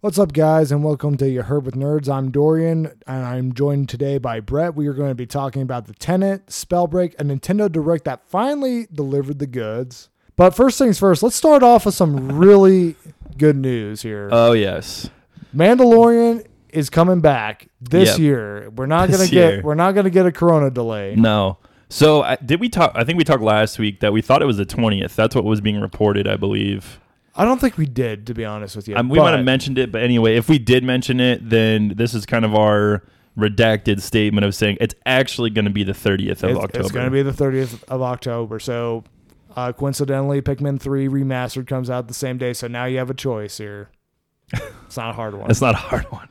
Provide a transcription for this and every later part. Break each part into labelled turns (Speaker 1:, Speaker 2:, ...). Speaker 1: What's up, guys, and welcome to You Heard with Nerds. I'm Dorian, and I'm joined today by Brett. We are going to be talking about The Tenant, Spellbreak, a Nintendo Direct that finally delivered the goods. But first things first, let's start off with some really good news here.
Speaker 2: Oh yes.
Speaker 1: Mandalorian is coming back this
Speaker 2: Yep.
Speaker 1: year. We're not
Speaker 2: This
Speaker 1: gonna get
Speaker 2: year.
Speaker 1: we're not gonna get a Corona delay.
Speaker 2: No. So I, did we talk? I think we talked last week that we thought it was the twentieth. That's what was being reported, I believe.
Speaker 1: I don't think we did, to be honest with you.
Speaker 2: Um, we
Speaker 1: but
Speaker 2: might have mentioned it, but anyway, if we did mention it, then this is kind of our redacted statement of saying it's actually going to be the thirtieth of
Speaker 1: it's,
Speaker 2: October.
Speaker 1: going to be the thirtieth of October. So uh, coincidentally, Pikmin three remastered comes out the same day. So now you have a choice here. It's not a hard one.
Speaker 2: It's not a hard one.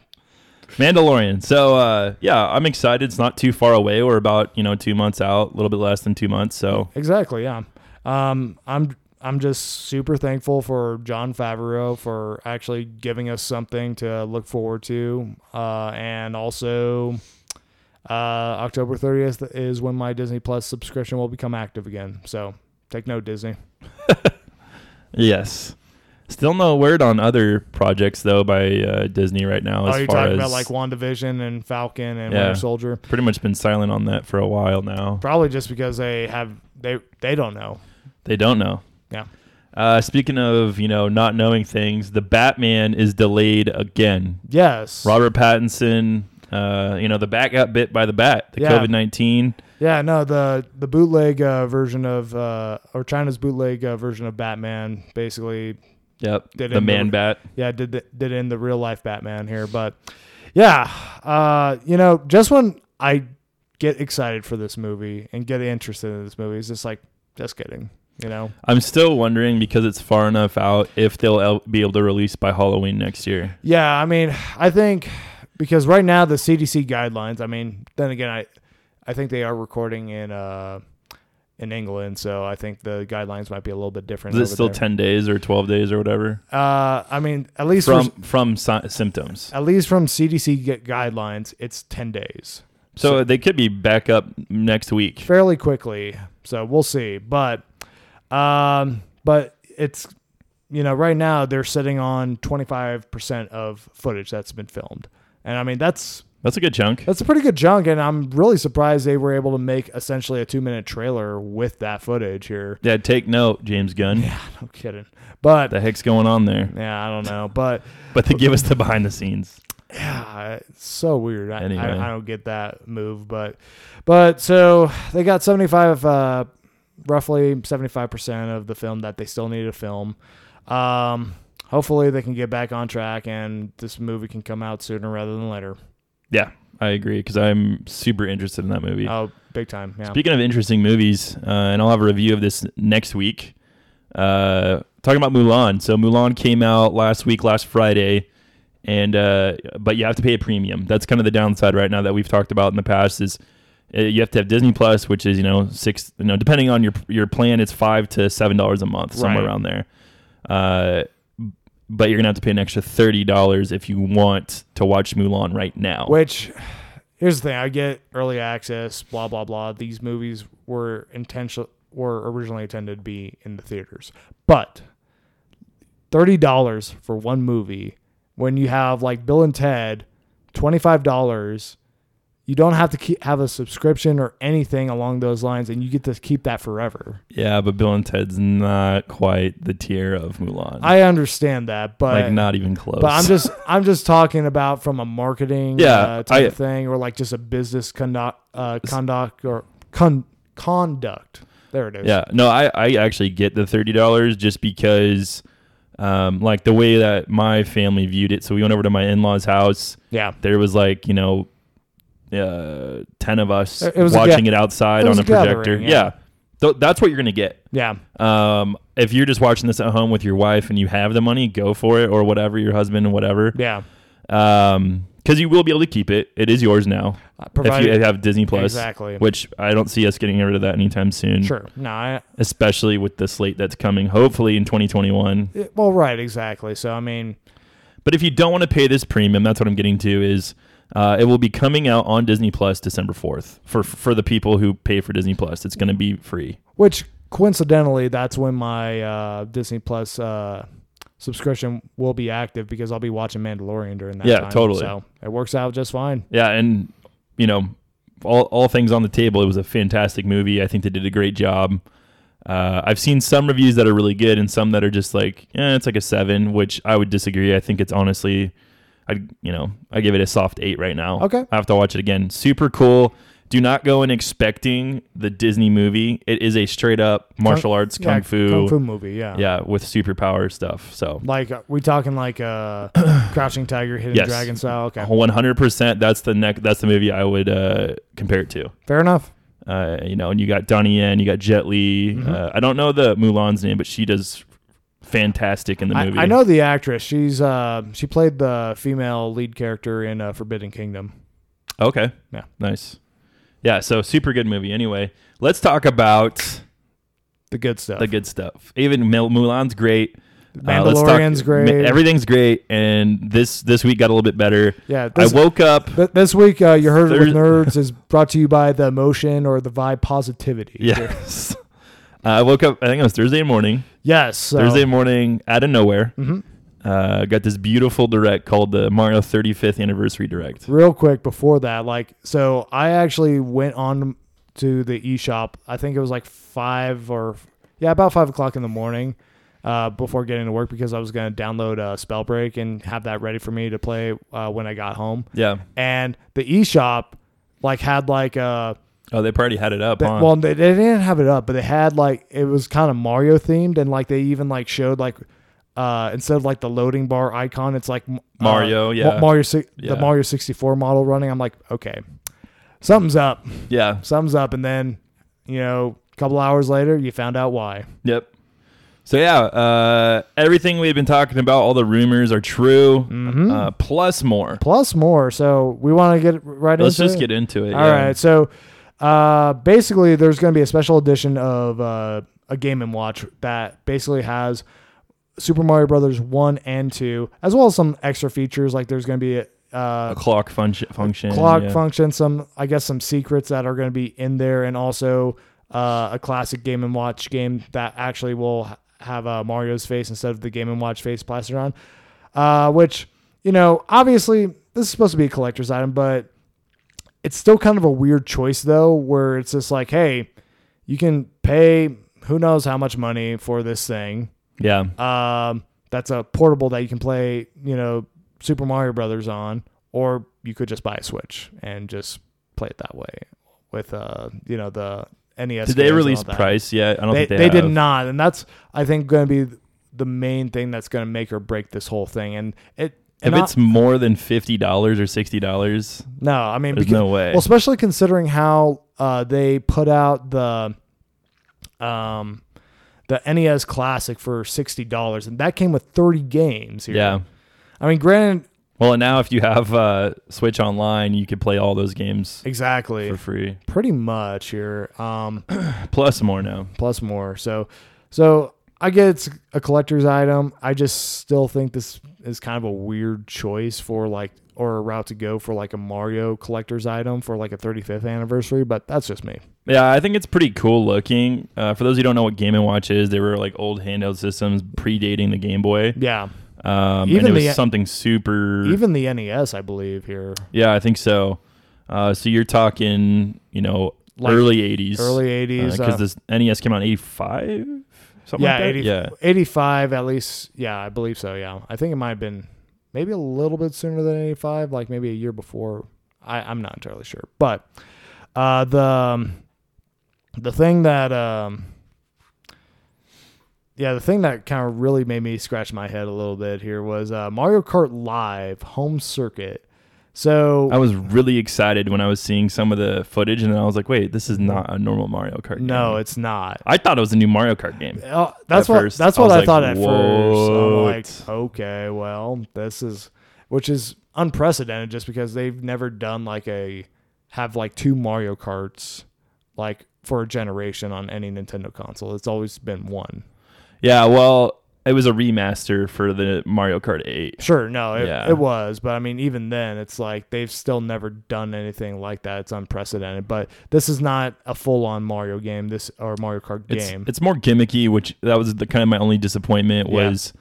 Speaker 2: Mandalorian. So uh, yeah, I'm excited. It's not too far away. We're about you know two months out, a little bit less than two months. So
Speaker 1: exactly. Yeah. Um, I'm I'm just super thankful for John Favreau for actually giving us something to look forward to, uh, and also. Uh, October 30th is when my Disney Plus subscription will become active again. So take note, Disney.
Speaker 2: yes. Still no word on other projects though by uh, Disney right now.
Speaker 1: Oh,
Speaker 2: As
Speaker 1: you're
Speaker 2: far
Speaker 1: talking
Speaker 2: as
Speaker 1: about like WandaVision and Falcon and
Speaker 2: Yeah.
Speaker 1: Winter Soldier.
Speaker 2: pretty much been silent on that for a while now.
Speaker 1: Probably just because they have they they don't know.
Speaker 2: They don't know.
Speaker 1: Yeah.
Speaker 2: Uh, speaking of, you know, not knowing things, the Batman is delayed again.
Speaker 1: Yes.
Speaker 2: Robert Pattinson, uh, you know, the bat got bit by the bat, the
Speaker 1: Yeah.
Speaker 2: COVID 19.
Speaker 1: Yeah. No. The the bootleg uh, version of uh, or China's bootleg uh, version of Batman basically
Speaker 2: Yep.
Speaker 1: They
Speaker 2: the
Speaker 1: didn't
Speaker 2: man
Speaker 1: know-
Speaker 2: bat.
Speaker 1: yeah did the, did in the real life Batman here, but yeah, uh, you know, just when I get excited for this movie and get interested in this movie, it's just like just kidding, you know.
Speaker 2: I'm still wondering because it's far enough out if they'll el- be able to release by Halloween next year.
Speaker 1: Yeah, I mean, I think because right now the CDC guidelines. I mean, then again, I I think they are recording in uh in England, so I think the guidelines might be a little bit different.
Speaker 2: Is it
Speaker 1: over
Speaker 2: still
Speaker 1: there.
Speaker 2: 10 days or 12 days or whatever?
Speaker 1: Uh, I mean, at least from
Speaker 2: From from si- symptoms.
Speaker 1: at least from CDC gu- guidelines, it's ten days,
Speaker 2: So they could be back up next week.
Speaker 1: fairly quickly. So we'll see, but um, but it's you know right now they're sitting on twenty five percent of footage that's been filmed, and I mean that's
Speaker 2: That's a good chunk.
Speaker 1: That's a pretty good chunk, and I'm really surprised they were able to make essentially a two minute trailer with that footage here.
Speaker 2: Yeah, take note, James Gunn.
Speaker 1: No kidding. But
Speaker 2: The heck's going on there?
Speaker 1: yeah, I don't know. But
Speaker 2: But they give us the behind the scenes.
Speaker 1: yeah, it's so weird. I,
Speaker 2: Anyway.
Speaker 1: I, I don't get that move. But but so they got 75, uh, roughly 75% of the film that they still need to film. Um, hopefully they can get back on track and this movie can come out sooner rather than later.
Speaker 2: Yeah, I agree because I'm super interested in that movie.
Speaker 1: Oh, big time. Yeah.
Speaker 2: Speaking of interesting movies, uh, and I'll have a review of this next week. Uh, talking about Mulan, so Mulan came out last week, last Friday, and uh, but you have to pay a premium. That's kind of the downside right now that we've talked about in the past is uh, you have to have Disney Plus, which is you know six, you know depending on your your plan, it's five to seven dollars a month, somewhere
Speaker 1: Right.
Speaker 2: around there. Uh, but you're gonna have to pay an extra thirty dollars if you want to watch Mulan right now.
Speaker 1: Which here's the thing, I get early access, blah blah blah. These movies were intentional were originally intended to be in the theaters. But thirty dollars for one movie when you have like Bill and Ted, twenty five dollars you don't have to keep, have a subscription or anything along those lines, and you get to keep that forever.
Speaker 2: Yeah, but Bill and Ted's not quite the tier of Mulan.
Speaker 1: I understand that, but
Speaker 2: like not even close.
Speaker 1: But I'm just I'm just talking about from a marketing
Speaker 2: Yeah,
Speaker 1: uh, type
Speaker 2: I-
Speaker 1: of thing, or like just a business conduct, uh, conduct or con- conduct. There it is.
Speaker 2: yeah, no, I I actually get the thirty dollars just because, um, like the way that my family viewed it. So we went over to my in laws' house.
Speaker 1: yeah.
Speaker 2: There was like you know, uh, ten of us
Speaker 1: It was a
Speaker 2: watching
Speaker 1: ga-
Speaker 2: it outside
Speaker 1: it was
Speaker 2: on a
Speaker 1: a gathering,
Speaker 2: projector.
Speaker 1: yeah.
Speaker 2: yeah. Th- that's what you're gonna get.
Speaker 1: Yeah.
Speaker 2: Um, if you're just watching this at home with your wife and you have the money, go for it, or whatever your husband, whatever.
Speaker 1: Yeah.
Speaker 2: Um, because you will be able to keep it. It is yours now.
Speaker 1: Uh,
Speaker 2: if you
Speaker 1: provided-
Speaker 2: have Disney Plus,
Speaker 1: Exactly.
Speaker 2: Which I don't see us getting rid of that anytime soon.
Speaker 1: sure. No. I,
Speaker 2: Especially with the slate that's coming, hopefully in 2021.
Speaker 1: it- well, right. Exactly. So I mean,
Speaker 2: But if you don't want to pay this premium, that's what I'm getting to is. Uh, it will be coming out on Disney Plus December fourth for for the people who pay for Disney Plus. It's going to be free.
Speaker 1: which coincidentally, that's when my uh, Disney Plus uh, subscription will be active because I'll be watching Mandalorian during that
Speaker 2: Yeah,
Speaker 1: time.
Speaker 2: totally.
Speaker 1: So it works out just fine.
Speaker 2: Yeah, and you know, all all things on the table, it was a fantastic movie. I think they did a great job. Uh, I've seen some reviews that are really good and some that are just like, eh, it's like a seven, which I would disagree. I think it's honestly, I you know, I give it a soft eight right now.
Speaker 1: Okay.
Speaker 2: I have to watch it again. Super cool. Do not go in expecting the Disney movie. It is a straight up martial arts kung,
Speaker 1: Yeah,
Speaker 2: fu,
Speaker 1: Kung Fu movie, yeah.
Speaker 2: yeah, with superpower stuff. So
Speaker 1: Like uh, we talking like uh Crouching Tiger, Hidden
Speaker 2: Yes. Uh-huh.
Speaker 1: Dragon style. Okay.
Speaker 2: one hundred percent, that's the neck. That's the movie I would uh, compare it to.
Speaker 1: Fair enough.
Speaker 2: uh, you know, and you got Donnie Yen, you got Jet Li.
Speaker 1: Mhm.
Speaker 2: Uh, I don't know the Mulan's name, but she does fantastic in the
Speaker 1: I,
Speaker 2: movie.
Speaker 1: I know the actress. She's uh she played the female lead character in uh, Forbidden Kingdom.
Speaker 2: Okay.
Speaker 1: Yeah.
Speaker 2: Nice. Yeah. So super good movie. Anyway, let's talk about
Speaker 1: The good stuff.
Speaker 2: the good stuff. Even Mil- Mulan's great. Uh, let's talk-
Speaker 1: Mandalorian's great.
Speaker 2: Ma- Everything's great, and this this week got a little bit better.
Speaker 1: yeah. This,
Speaker 2: I woke up.
Speaker 1: th- this week, uh, you heard it with
Speaker 2: Thurs-
Speaker 1: nerds is brought to you by the emotion or the vibe positivity.
Speaker 2: Yes. Uh, I woke up. I think it was Thursday morning.
Speaker 1: Yes. So,
Speaker 2: Thursday morning, out of nowhere,
Speaker 1: Mhm.
Speaker 2: uh, got this beautiful direct called the Mario 35th Anniversary Direct.
Speaker 1: real quick before that like so i actually went on to the eshop i think it was like five or yeah about five o'clock in the morning uh, before getting to work because i was going to download uh, spell break and have that ready for me to play uh, when i got home
Speaker 2: Yeah.
Speaker 1: and the eshop like had like a
Speaker 2: Oh, they probably had it up.
Speaker 1: they-
Speaker 2: huh?
Speaker 1: well they, they didn't have it up but they had like it was kind of mario themed and like they even like showed like uh, instead of like the loading bar icon, it's like uh,
Speaker 2: Mario,
Speaker 1: Ma-
Speaker 2: yeah.
Speaker 1: Mario, si-
Speaker 2: Yeah.
Speaker 1: the Mario sixty four model running. I'm like, okay, something's up,
Speaker 2: yeah.
Speaker 1: something's up, and then you know, a couple hours later, you found out why.
Speaker 2: Yep. So yeah, uh, everything we've been talking about, all the rumors are true,
Speaker 1: Mm-hmm.
Speaker 2: uh, plus more.
Speaker 1: Plus more, so we want to get right
Speaker 2: Let's
Speaker 1: into
Speaker 2: just
Speaker 1: it.
Speaker 2: get into it.
Speaker 1: All
Speaker 2: yeah.
Speaker 1: right. So uh, basically, there's going to be a special edition of uh, a game and watch that basically has Super Mario Brothers one and two, as well as some extra features. Like there's going to be a,
Speaker 2: A
Speaker 1: uh,
Speaker 2: clock function. Function.
Speaker 1: clock
Speaker 2: yeah.
Speaker 1: function, some I guess some secrets that are going to be in there, and also uh, a classic game and watch game that actually will ha- have uh, Mario's face instead of the game and watch face plastered on. Uh, which you know, obviously, this is supposed to be a collector's item, but it's still kind of a weird choice though, where it's just like, hey, you can pay who knows how much money for this thing.
Speaker 2: Yeah.
Speaker 1: Um, that's a portable that you can play, you know, Super Mario Brothers on, or you could just buy a Switch and just play it that way with, uh, you know, the NES.
Speaker 2: Did they
Speaker 1: games and
Speaker 2: release
Speaker 1: all that.
Speaker 2: price yet? I don't
Speaker 1: They,
Speaker 2: think
Speaker 1: they
Speaker 2: they,
Speaker 1: did
Speaker 2: have.
Speaker 1: not, and that's I think going to be the main thing that's going to make or break this whole thing. And it,
Speaker 2: If
Speaker 1: and I-
Speaker 2: it's more than fifty dollars or sixty dollars,
Speaker 1: no, I mean,
Speaker 2: there's
Speaker 1: because,
Speaker 2: no way.
Speaker 1: well, especially considering how uh, they put out the um the NES Classic for sixty dollars, and that came with thirty games. Here.
Speaker 2: yeah.
Speaker 1: I mean, granted,
Speaker 2: Well, and now if you have uh, Switch Online, you could play all those games
Speaker 1: exactly,
Speaker 2: for free,
Speaker 1: pretty much here. Um,
Speaker 2: plus more now.
Speaker 1: plus more. So, so I get it's a collector's item. I just still think this is kind of a weird choice for like or a route to go for like a Mario collector's item for like a 35th anniversary. But that's just me.
Speaker 2: Yeah, I think it's pretty cool looking. Uh, for those who don't know what Game and Watch is, they were like old handheld systems predating the Game Boy.
Speaker 1: Yeah,
Speaker 2: Um, and
Speaker 1: Even
Speaker 2: it was
Speaker 1: the- uh,
Speaker 2: something super.
Speaker 1: even the NES, I believe here
Speaker 2: yeah, I think so. Uh, so you're talking, you know,
Speaker 1: Like
Speaker 2: early '80s,
Speaker 1: early 80s.
Speaker 2: because
Speaker 1: uh,
Speaker 2: this NES came out in '85, something
Speaker 1: yeah,
Speaker 2: like that.
Speaker 1: 80,
Speaker 2: yeah,
Speaker 1: 85 at least. Yeah, I believe so. Yeah, I think it might have been maybe a little bit sooner than 85, like maybe a year before. I, I'm not entirely sure, but uh, the um, the thing that um, yeah, the thing that kind of really made me scratch my head a little bit here was uh, Mario Kart Live Home Circuit. So
Speaker 2: I was really excited when I was seeing some of the footage, and then I was like, "Wait, this is not a normal Mario Kart." game.
Speaker 1: no, it's not.
Speaker 2: I thought it was a new Mario Kart game.
Speaker 1: Uh, that's
Speaker 2: at
Speaker 1: what
Speaker 2: first.
Speaker 1: that's
Speaker 2: I
Speaker 1: what
Speaker 2: was
Speaker 1: I,
Speaker 2: like,
Speaker 1: thought at first. I'm like,
Speaker 2: "What?"
Speaker 1: okay, well, this is which is unprecedented just because they've never done like a have like two Mario Karts like for a generation on any Nintendo console. It's always been one.
Speaker 2: Yeah, well, it was a remaster for the Mario Kart 8.
Speaker 1: Sure, no, it,
Speaker 2: Yeah.
Speaker 1: it was, but I mean, even then, it's like they've still never done anything like that. It's unprecedented. But this is not a full-on Mario game. This or Mario Kart
Speaker 2: It's,
Speaker 1: game.
Speaker 2: it's more gimmicky, which that was the kind of my only disappointment
Speaker 1: Yeah.
Speaker 2: was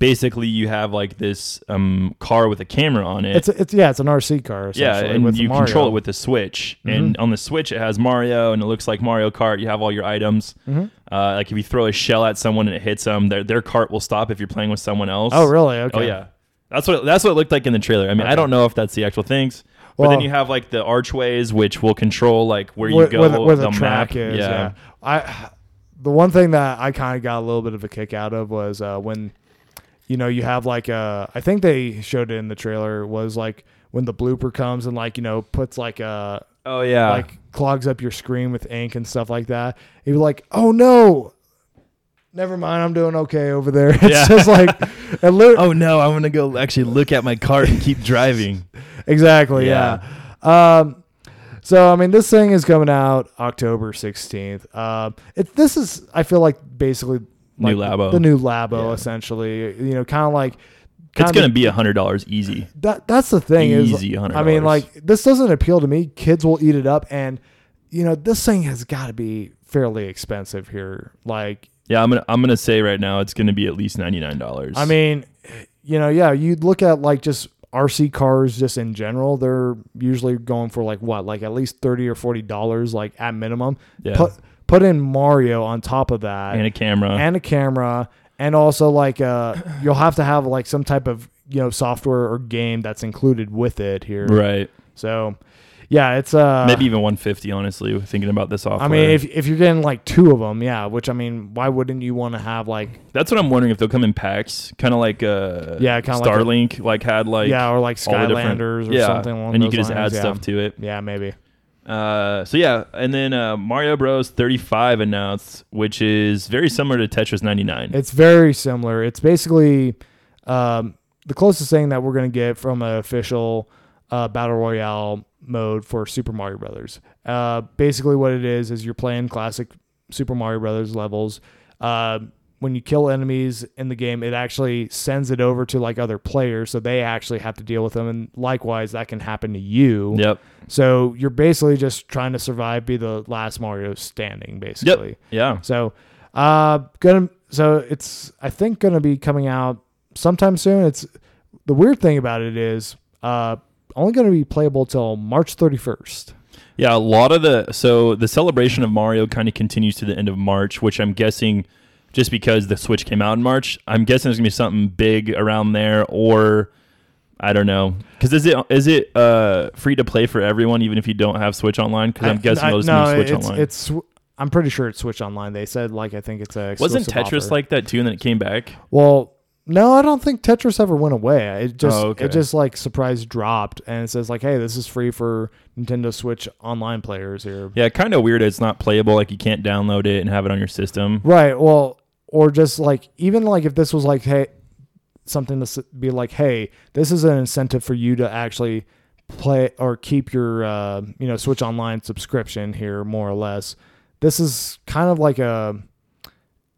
Speaker 2: basically you have like this um, car with a camera on it.
Speaker 1: It's a, it's yeah, it's an RC car.
Speaker 2: yeah,
Speaker 1: Essentially,
Speaker 2: and
Speaker 1: with
Speaker 2: you
Speaker 1: Mario. Mm-hmm.
Speaker 2: control it with the Switch. And on the Switch, it has Mario, and it looks like Mario Kart. You have all your items.
Speaker 1: Mm-hmm.
Speaker 2: Uh, like if you throw a shell at someone and it hits them, their their cart will stop if you're playing with someone else.
Speaker 1: Oh, really? Okay.
Speaker 2: Oh yeah. That's what that's what it looked like in the trailer. I mean, I don't know if that's the actual things. but then
Speaker 1: Well-
Speaker 2: you have like the archways, which will control like where you
Speaker 1: Where-
Speaker 2: go,
Speaker 1: where the, where the
Speaker 2: map.
Speaker 1: track is. Yeah. I the one thing that I kind of got a little bit of a kick out of was uh, when you know you have like a I think they showed it in the trailer was like when the blooper comes and like you know puts like a
Speaker 2: Oh yeah.
Speaker 1: like clogs up your screen with ink and stuff like that. He was like, "Oh no." Never mind, I'm doing okay over there. It's
Speaker 2: Yeah.
Speaker 1: just like, it lit-
Speaker 2: oh no, I want to go actually look at my cart and keep driving.
Speaker 1: exactly,
Speaker 2: Yeah.
Speaker 1: yeah. Um, so I mean, this thing is coming out October 16th. Um, it this is I feel like basically like
Speaker 2: New Labo.
Speaker 1: the new Labo
Speaker 2: Yeah.
Speaker 1: essentially. You know, kind of like
Speaker 2: it's
Speaker 1: kinda-
Speaker 2: gonna be a hundred dollars easy.
Speaker 1: that that's the thing
Speaker 2: Easy
Speaker 1: is
Speaker 2: $100.
Speaker 1: I mean like this doesn't appeal to me. Kids will eat it up and you know, this thing has got to be fairly expensive here. Like
Speaker 2: Yeah, I'm gonna I'm gonna say right now it's gonna be at least ninety nine dollars.
Speaker 1: I mean, you know, yeah, you look at like just RC cars just in general, they're usually going for like what, like at least 30 or 40 dollars like at minimum.
Speaker 2: Yeah.
Speaker 1: Put put in Mario on top of that
Speaker 2: and a camera.
Speaker 1: and a camera and also like uh you'll have to have like some type of you know software or game that's included with it here
Speaker 2: right.
Speaker 1: so yeah it's uh
Speaker 2: Maybe even one fifty. Honestly, thinking about the software.
Speaker 1: i mean if, if you're getting like two of them yeah which i mean why wouldn't you want to have like
Speaker 2: that's what I'm wondering if they'll come in packs, kind of like uh
Speaker 1: Yeah, kinda like a-
Speaker 2: Starlink, like, had like
Speaker 1: yeah or like
Speaker 2: all the different-
Speaker 1: skylanders or
Speaker 2: yeah,
Speaker 1: something along
Speaker 2: and you
Speaker 1: those
Speaker 2: could just
Speaker 1: lines,
Speaker 2: add
Speaker 1: yeah.
Speaker 2: stuff to it.
Speaker 1: yeah maybe
Speaker 2: Uh, so yeah, and then uh, Mario Bros. 35 announced, which is very similar to Tetris 99.
Speaker 1: It's very similar. It's basically um, the closest thing that we're going to get from an official uh, battle royale mode for Super Mario Brothers. Uh, basically, what it is is you're playing classic Super Mario Brothers levels. Uh, when you kill enemies in the game, it actually sends it over to like other players, so they actually have to deal with them. And likewise, that can happen to you.
Speaker 2: Yep.
Speaker 1: So you're basically just trying to survive, be the last Mario standing,
Speaker 2: Yep.
Speaker 1: basically.
Speaker 2: Yeah.
Speaker 1: So, uh, gonna so it's I think gonna be coming out sometime soon. It's the weird thing about it is uh only gonna be playable till March thirty first.
Speaker 2: Yeah. A lot of the so the celebration of Mario kind of continues to the end of March, which I'm guessing just because the Switch came out in March, I'm guessing there's gonna be something big around there, or I don't know, because is it is it uh free to play for everyone even if you don't have Switch Online? Because I'm guessing they'll just
Speaker 1: no,
Speaker 2: move Switch
Speaker 1: it's,
Speaker 2: Online.
Speaker 1: It's I'm pretty sure it's Switch Online. They said like I think it's a
Speaker 2: Wasn't
Speaker 1: exclusive
Speaker 2: Tetris
Speaker 1: offer.
Speaker 2: like that too, and then it came back?
Speaker 1: well. No, I don't think Tetris ever went away. It just
Speaker 2: Oh, okay.
Speaker 1: it just like surprise dropped and it says like, hey, this is free for Nintendo Switch online players here.
Speaker 2: Yeah, kind of weird. It's not playable. Like you can't download it and have it on your system.
Speaker 1: Right. Well, or just like even like if this was like hey, something to s- be like, hey, this is an incentive for you to actually play or keep your uh, you know Switch Online subscription here, more or less. This is kind of like a.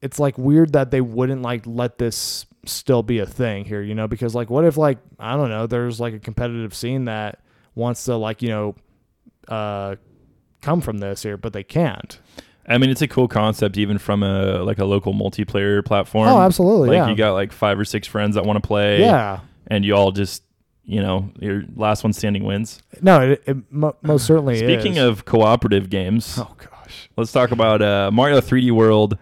Speaker 1: It's like weird that they wouldn't like let this still be a thing here, you know? Because like, what if like I don't know, there's like a competitive scene that wants to like you know, uh, come from this here, but they can't.
Speaker 2: I mean, it's a cool concept, even from a like a local multiplayer platform.
Speaker 1: Oh, absolutely,
Speaker 2: Like
Speaker 1: yeah.
Speaker 2: you got like five or six friends that want to play.
Speaker 1: Yeah.
Speaker 2: and you all just you know your last one standing wins.
Speaker 1: No, it, it mo- most certainly is.
Speaker 2: Speaking of cooperative games,
Speaker 1: oh gosh,
Speaker 2: let's talk about uh, Mario 3D World.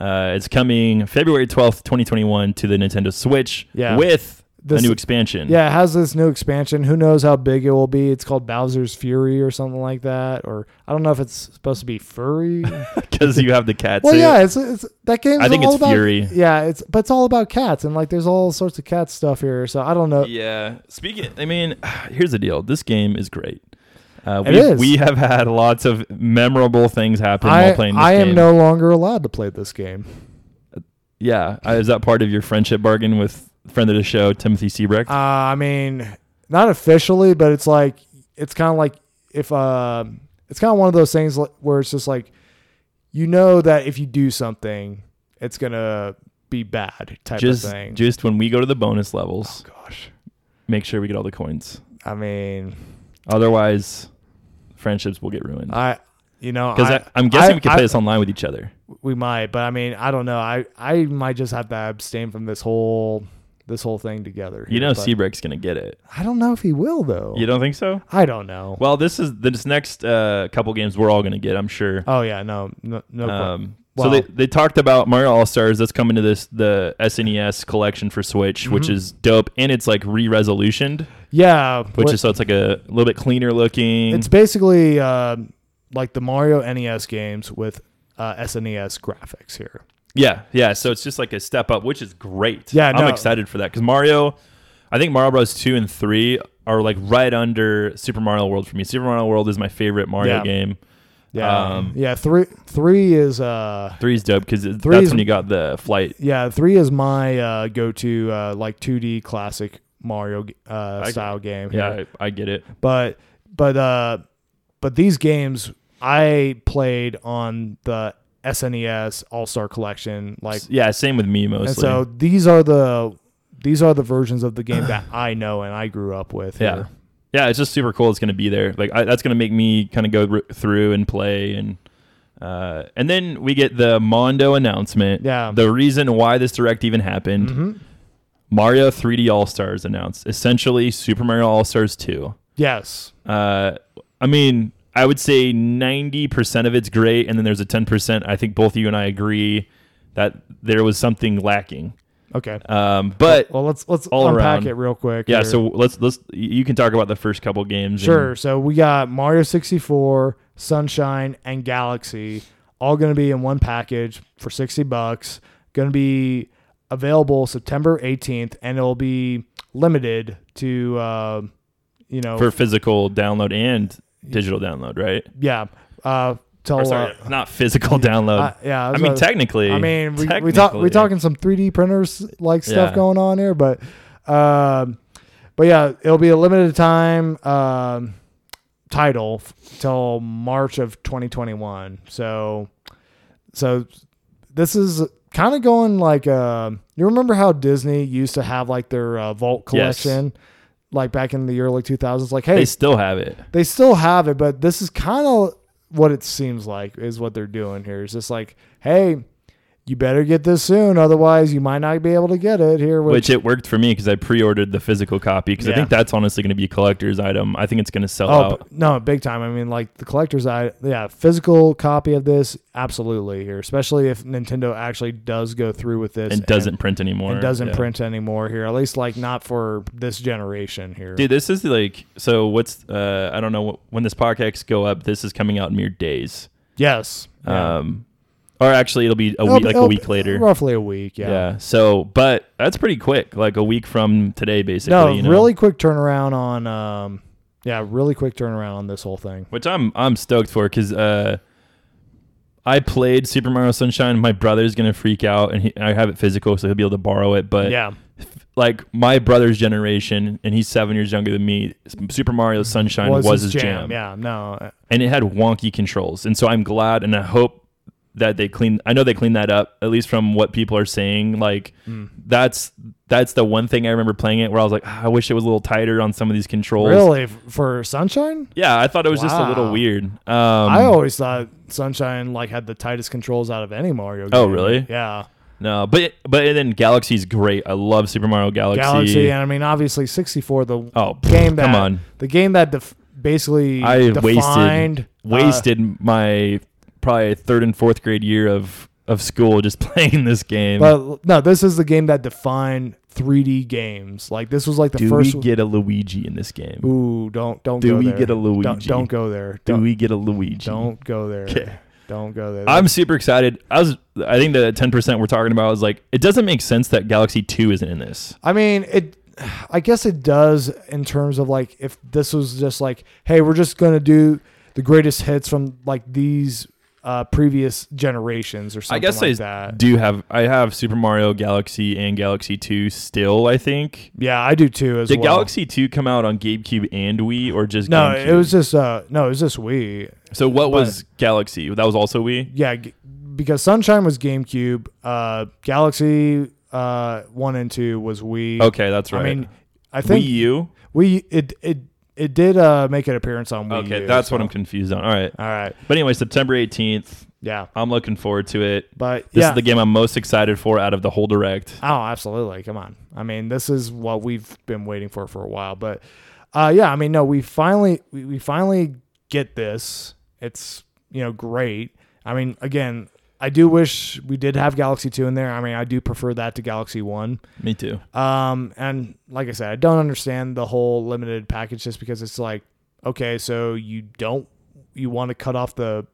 Speaker 2: Uh, it's coming February 12th, 2021, to the Nintendo Switch
Speaker 1: Yeah.
Speaker 2: with
Speaker 1: This-
Speaker 2: a new expansion.
Speaker 1: yeah, it has this new expansion. Who knows how big it will be? It's called Bowser's Fury or something like that, or I don't know if it's supposed to be furry.
Speaker 2: because you have the cat.
Speaker 1: well,
Speaker 2: suit.
Speaker 1: yeah, it's, it's that game.
Speaker 2: I think
Speaker 1: all
Speaker 2: it's
Speaker 1: about,
Speaker 2: Fury.
Speaker 1: Yeah, it's but it's all about cats and like there's all sorts of cat stuff here. So I don't know.
Speaker 2: Yeah. Speaking, I mean, here's the deal. This game is great. Uh,
Speaker 1: It
Speaker 2: we,
Speaker 1: is.
Speaker 2: we have had lots of memorable things happen while
Speaker 1: I,
Speaker 2: playing this
Speaker 1: I am
Speaker 2: game.
Speaker 1: no longer allowed to play this game.
Speaker 2: yeah. Uh, Is that part of your friendship bargain with friend of the show, Timothy Seabrecht?
Speaker 1: Uh, I mean, not officially, but it's like it's kind of like if uh, it's kind of one of those things li- where it's just like you know that if you do something, it's gonna be bad type
Speaker 2: just,
Speaker 1: of thing. Oh,
Speaker 2: just when we go to the bonus levels,
Speaker 1: Gosh,
Speaker 2: make sure we get all the coins.
Speaker 1: I mean,
Speaker 2: Otherwise, friendships will get ruined.
Speaker 1: I you know
Speaker 2: Because
Speaker 1: I,
Speaker 2: I'm guessing
Speaker 1: I-
Speaker 2: we can
Speaker 1: I-
Speaker 2: play this online with each other.
Speaker 1: we might, but I mean, I don't know. I I might just have to abstain from this whole this whole thing together.
Speaker 2: You
Speaker 1: here,
Speaker 2: know
Speaker 1: but
Speaker 2: Seabrook's gonna get it.
Speaker 1: I don't know if he will though.
Speaker 2: You don't think so?
Speaker 1: I don't know.
Speaker 2: Well, this is this next uh, couple games we're all gonna get. I'm sure.
Speaker 1: oh yeah, no, no, no. problem.
Speaker 2: Um,
Speaker 1: Wow.
Speaker 2: So they, they talked about Mario All Stars that's coming to this the SNES collection for Switch,
Speaker 1: Mm-hmm.
Speaker 2: which is dope, and it's like re-resolutioned,
Speaker 1: yeah,
Speaker 2: which
Speaker 1: what-
Speaker 2: is so it's like a little bit cleaner looking.
Speaker 1: It's basically uh, like the Mario NES games with uh, SNES graphics here.
Speaker 2: yeah, yeah. So it's just like a step up, which is great.
Speaker 1: Yeah,
Speaker 2: I'm
Speaker 1: no.
Speaker 2: excited for that because Mario, I think Mario Bros. two and three are like right under Super Mario World for me. Super Mario World is my favorite Mario
Speaker 1: Yeah.
Speaker 2: game.
Speaker 1: Yeah,
Speaker 2: Um,
Speaker 1: yeah. Three, three is uh,
Speaker 2: Three's dope because that's
Speaker 1: Three's-
Speaker 2: when you got the flight.
Speaker 1: yeah, three is my uh, go-to uh, like 2D classic Mario uh,
Speaker 2: I-
Speaker 1: style game. here.
Speaker 2: Yeah, I, I get it.
Speaker 1: but but uh, but these games I played on the SNES All Star Collection, like,
Speaker 2: yeah, same with me
Speaker 1: and
Speaker 2: mostly.
Speaker 1: so these are the these are the versions of the game that I know and I grew up with.
Speaker 2: yeah,
Speaker 1: here.
Speaker 2: yeah, it's just super cool. It's gonna be there. Like I, that's gonna make me kind of go r- through and play and. Uh, and then we get the Mondo announcement.
Speaker 1: Yeah.
Speaker 2: The reason why this direct even happened.
Speaker 1: Mhm.
Speaker 2: Mario 3D All Stars announced. Essentially, Super Mario All Stars 2.
Speaker 1: Yes.
Speaker 2: Uh, I mean, I would say 90% of it's great. And then there's a 10%. I think both you and I agree that there was something lacking.
Speaker 1: Okay.
Speaker 2: Um, but
Speaker 1: Well, let's let's
Speaker 2: all
Speaker 1: unpack
Speaker 2: around.
Speaker 1: it real quick.
Speaker 2: yeah,
Speaker 1: here.
Speaker 2: so let's let's you can talk about the first couple games. and-
Speaker 1: sure. So we got Mario 64, Sunshine, and Galaxy all going to be in one package for 60 bucks. Going to be available September 18th, and it'll be limited to uh, you know,
Speaker 2: for physical download and digital download, right?
Speaker 1: yeah, uh, till
Speaker 2: Or
Speaker 1: uh,
Speaker 2: sorry, not physical download.
Speaker 1: uh, yeah.
Speaker 2: I,
Speaker 1: was
Speaker 2: mean,
Speaker 1: about-
Speaker 2: technically.
Speaker 1: I mean, we, we talk we
Speaker 2: technically.
Speaker 1: talking some 3D printers like stuff
Speaker 2: Yeah.
Speaker 1: going on here, but um, but yeah, it'll be a limited time um, title f- till March of 2021. So so this is kind of going like um you remember how Disney used to have like their uh, vault
Speaker 2: Yes.
Speaker 1: collection. Like back in the early 2000s, like hey,
Speaker 2: They still have it.
Speaker 1: they still have it, but this is kind of what it seems like is what they're doing here. It's just like, hey, you better get this soon, otherwise you might not be able to get it here. Which,
Speaker 2: which it worked for me because I pre-ordered the physical copy because I
Speaker 1: Yeah.
Speaker 2: think that's honestly going to be a collector's item. I think it's going to sell
Speaker 1: oh
Speaker 2: out.
Speaker 1: b- no, big time. I mean, like the collector's eye, yeah, physical copy of this, absolutely here, especially if Nintendo actually does go through with this
Speaker 2: And doesn't print anymore.
Speaker 1: and doesn't
Speaker 2: Yeah.
Speaker 1: print anymore here, at least like not for this generation here.
Speaker 2: Dude, this is like so. What's uh, I don't know wh- when this podcast go up. This is coming out in mere days.
Speaker 1: Yes, Yeah.
Speaker 2: Um, or actually, it'll be a
Speaker 1: It'll
Speaker 2: week,
Speaker 1: be-
Speaker 2: like a
Speaker 1: it'll
Speaker 2: week
Speaker 1: be
Speaker 2: later.
Speaker 1: roughly a week.
Speaker 2: yeah.
Speaker 1: Yeah.
Speaker 2: So, but that's pretty quick. Like a week from today, basically.
Speaker 1: No,
Speaker 2: you know?
Speaker 1: really quick turnaround on. Um, yeah, really quick turnaround on this whole thing.
Speaker 2: Which I'm I'm stoked for because uh, I played Super Mario Sunshine. My brother's gonna freak out, and he, I have it physical, so he'll be able to borrow it. But
Speaker 1: yeah.
Speaker 2: like my brother's generation, and he's seven years younger than me. Super Mario Sunshine was, his, jam,
Speaker 1: Yeah, no,
Speaker 2: and it had wonky controls. And so I'm glad, and I hope that they clean. I know they cleaned that up, at least from what people are saying. Like
Speaker 1: Hmm.
Speaker 2: that's that's the one thing I remember playing it where I was like, "Ah, I wish it was a little tighter on some of these controls.
Speaker 1: really f- for Sunshine.
Speaker 2: Yeah, I thought it was just a little
Speaker 1: Wow.
Speaker 2: weird. Um,
Speaker 1: I always thought Sunshine like had the tightest controls out of any Mario. game.
Speaker 2: Oh, really?
Speaker 1: Yeah,
Speaker 2: no, but but then Galaxy's great. I love Super Mario Galaxy.
Speaker 1: Galaxy, and I mean, obviously, sixty four. The
Speaker 2: oh, pff,
Speaker 1: game Uh, that
Speaker 2: come on.
Speaker 1: the game that def- basically
Speaker 2: I
Speaker 1: defined
Speaker 2: wasted
Speaker 1: uh,
Speaker 2: wasted my probably third and fourth grade year of of school just playing this game.
Speaker 1: but no, this is the game that defined 3D games. Like this was like the
Speaker 2: Do we
Speaker 1: first.
Speaker 2: get a Luigi in this game?
Speaker 1: ooh, don't don't.
Speaker 2: Do
Speaker 1: go
Speaker 2: we
Speaker 1: there.
Speaker 2: get a
Speaker 1: Don't,
Speaker 2: Luigi?
Speaker 1: don't go there.
Speaker 2: Do
Speaker 1: Don't,
Speaker 2: we get a Luigi?
Speaker 1: don't go there.
Speaker 2: Okay.
Speaker 1: Don't go there.
Speaker 2: I'm super excited. I was I think the 10% we're talking about is like it doesn't make sense that Galaxy 2 isn't in this.
Speaker 1: I mean, it. I guess it does in terms of like if this was just like, hey, we're just gonna do the greatest hits from like these uh, previous generations or something
Speaker 2: I guess
Speaker 1: like
Speaker 2: I
Speaker 1: that.
Speaker 2: do have I have Super Mario Galaxy and Galaxy 2 still, I think.
Speaker 1: yeah, I do too. As
Speaker 2: Did
Speaker 1: well.
Speaker 2: Galaxy 2 come out on GameCube and Wii or just
Speaker 1: No,
Speaker 2: GameCube?
Speaker 1: it was just uh, no, it was just Wii.
Speaker 2: So what was Galaxy? That was also Wii?
Speaker 1: Yeah, g- because Sunshine was GameCube. Uh, Galaxy uh, one and two was Wii.
Speaker 2: Okay, that's right.
Speaker 1: I mean, I think
Speaker 2: Wii U.
Speaker 1: we it it it did uh, make an appearance on Wii.
Speaker 2: Okay,
Speaker 1: U,
Speaker 2: that's what
Speaker 1: so-
Speaker 2: I'm confused on. All right,
Speaker 1: All right.
Speaker 2: but anyway, September 18th.
Speaker 1: Yeah.
Speaker 2: I'm looking forward to it.
Speaker 1: But
Speaker 2: This
Speaker 1: yeah.
Speaker 2: is the game I'm most excited for out of the whole direct.
Speaker 1: Oh, absolutely. Come on. I mean, this is what we've been waiting for for a while, but uh yeah, I mean, no, we finally we, we finally get this. It's, you know, great. I mean, again, I do wish we did have Galaxy 2 in there. I mean, I do prefer that to Galaxy 1.
Speaker 2: Me too.
Speaker 1: Um, and like I said, I don't understand the whole limited package just because it's like, okay, so you don't you want to cut off the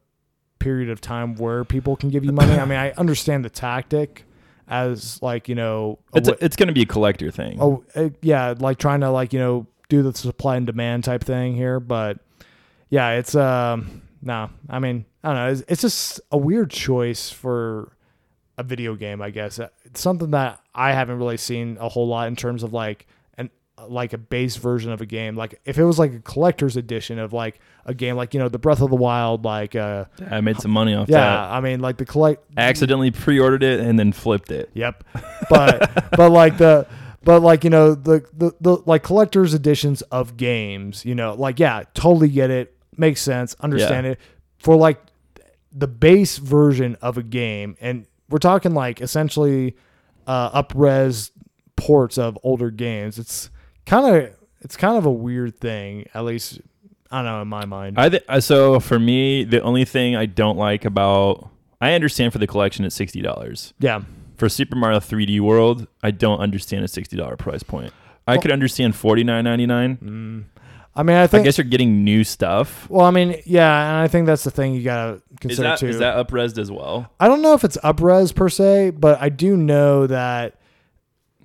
Speaker 1: period of time where people can give you money. I mean, I understand the tactic as like you know, a
Speaker 2: It's,
Speaker 1: wa-
Speaker 2: a, it's going to be a collector thing.
Speaker 1: oh uh, yeah, like trying to like you know do the supply and demand type thing here, but yeah, it's um no, I mean I don't know, it's, it's just a weird choice for a video game, I guess. Uh, It's something that I haven't really seen a whole lot in terms of like an like a base version of a game. Like if it was like a collector's edition of like a game like you know the Breath of the Wild, like uh
Speaker 2: I made some money off
Speaker 1: yeah,
Speaker 2: that.
Speaker 1: I mean like the collect
Speaker 2: I accidentally pre-ordered it and then flipped it.
Speaker 1: Yep. But but like the but like you know the, the the like collectors editions of games, you know, like yeah, totally get it, makes sense, understand it. For like the base version of a game, and we're talking like essentially uh, upres ports of older games. It's kind of it's kind of a weird thing, at least I don't know in my mind.
Speaker 2: I th- uh, so for me, the only thing I don't like about I understand for the collection at sixty dollars
Speaker 1: yeah.
Speaker 2: for Super Mario 3D World. I don't understand a sixty dollar price point. I could understand forty nine ninety
Speaker 1: Mm.
Speaker 2: nine.
Speaker 1: I mean, I
Speaker 2: I
Speaker 1: think.
Speaker 2: guess you're getting new stuff.
Speaker 1: well, I mean, yeah, and I think that's the thing you gotta
Speaker 2: Is
Speaker 1: consider
Speaker 2: that
Speaker 1: too.
Speaker 2: is that upresed as well?
Speaker 1: I don't know if it's upres per se, but I do know that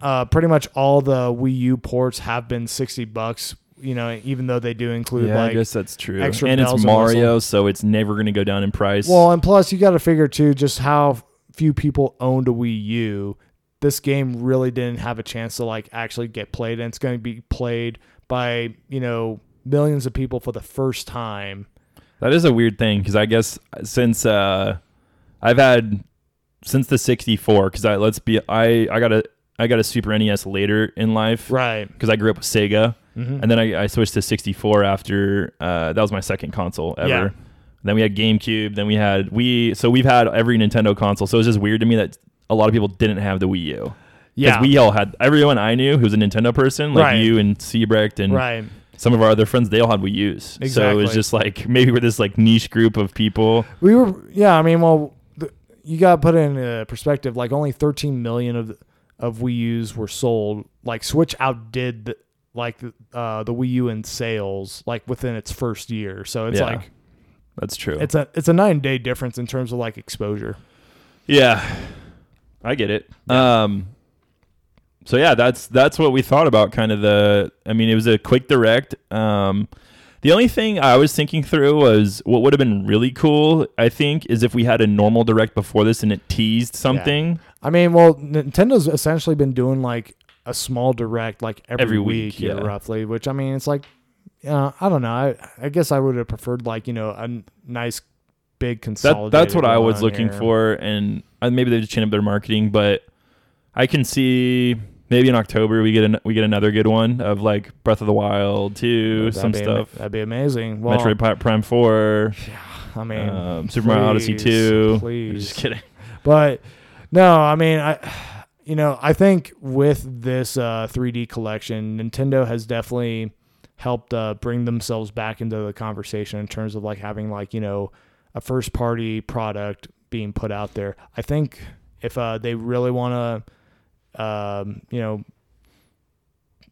Speaker 1: uh, pretty much all the Wii U ports have been sixty bucks. You know, even though they do include
Speaker 2: Yeah, I
Speaker 1: like
Speaker 2: guess that's true.
Speaker 1: extra
Speaker 2: And it's
Speaker 1: bells and whistles.
Speaker 2: Mario, so it's never going to go down in price.
Speaker 1: well, and plus you got to figure too just how few people owned a Wii U. This game really didn't have a chance to like actually get played, and it's going to be played by you know millions of people for the first time.
Speaker 2: That is a weird thing because I guess since uh, I've had since the 64 because I let's be I I got a I got a Super NES later in life
Speaker 1: Right.
Speaker 2: because I grew up with Sega
Speaker 1: Mm-hmm.
Speaker 2: and then I, I switched to 64 after uh, that was my second console ever.
Speaker 1: Yeah.
Speaker 2: Then we had GameCube. Then we had we so we've had every Nintendo console. So it's just weird to me that a lot of people didn't have the Wii U. 'Cause
Speaker 1: Yeah.
Speaker 2: we all had everyone I knew who was a Nintendo person, like
Speaker 1: Right.
Speaker 2: you and Seabrecht and
Speaker 1: right.
Speaker 2: some of our other friends they all had we use so it
Speaker 1: Exactly.
Speaker 2: was just like maybe we're this like niche group of people
Speaker 1: We were, yeah. I mean, well, the, you got to put it in uh, perspective. Like only 13 million of of Wii U's were sold. Like Switch outdid the, like uh, the Wii U in sales like within its first year. So it's
Speaker 2: Yeah.
Speaker 1: like
Speaker 2: that's true
Speaker 1: it's a it's a nine day difference in terms of like exposure.
Speaker 2: yeah i get it um so yeah that's that's what we thought about kind of the i mean it was a quick direct um the only thing i was thinking through was what would have been really cool i think is if we had a normal direct before this and it teased something
Speaker 1: I mean, well, Nintendo's essentially been doing like a small direct like every,
Speaker 2: Every
Speaker 1: week,
Speaker 2: week,
Speaker 1: here,
Speaker 2: yeah.
Speaker 1: roughly. Which I mean, it's like uh, I don't know. I I guess I would have preferred like you know a n- nice big
Speaker 2: that,
Speaker 1: consolidated.
Speaker 2: that's what I was
Speaker 1: one
Speaker 2: looking
Speaker 1: here.
Speaker 2: for, and uh, maybe they just change up their marketing. But I can see maybe in October we get an, we get another good one of like Breath of the Wild two,
Speaker 1: That'd
Speaker 2: some
Speaker 1: be ama-
Speaker 2: stuff,
Speaker 1: that'd be amazing. uh, Well,
Speaker 2: Metroid Pi- Prime four,
Speaker 1: I mean,
Speaker 2: um, Super Mario Odyssey
Speaker 1: please,
Speaker 2: two.
Speaker 1: please.
Speaker 2: Just kidding.
Speaker 1: but no, I mean, I, you know, I think with this uh, 3D collection, Nintendo has definitely helped uh, bring themselves back into the conversation in terms of like having like you know a first party product being put out there. I think if uh, they really want to, um, you know,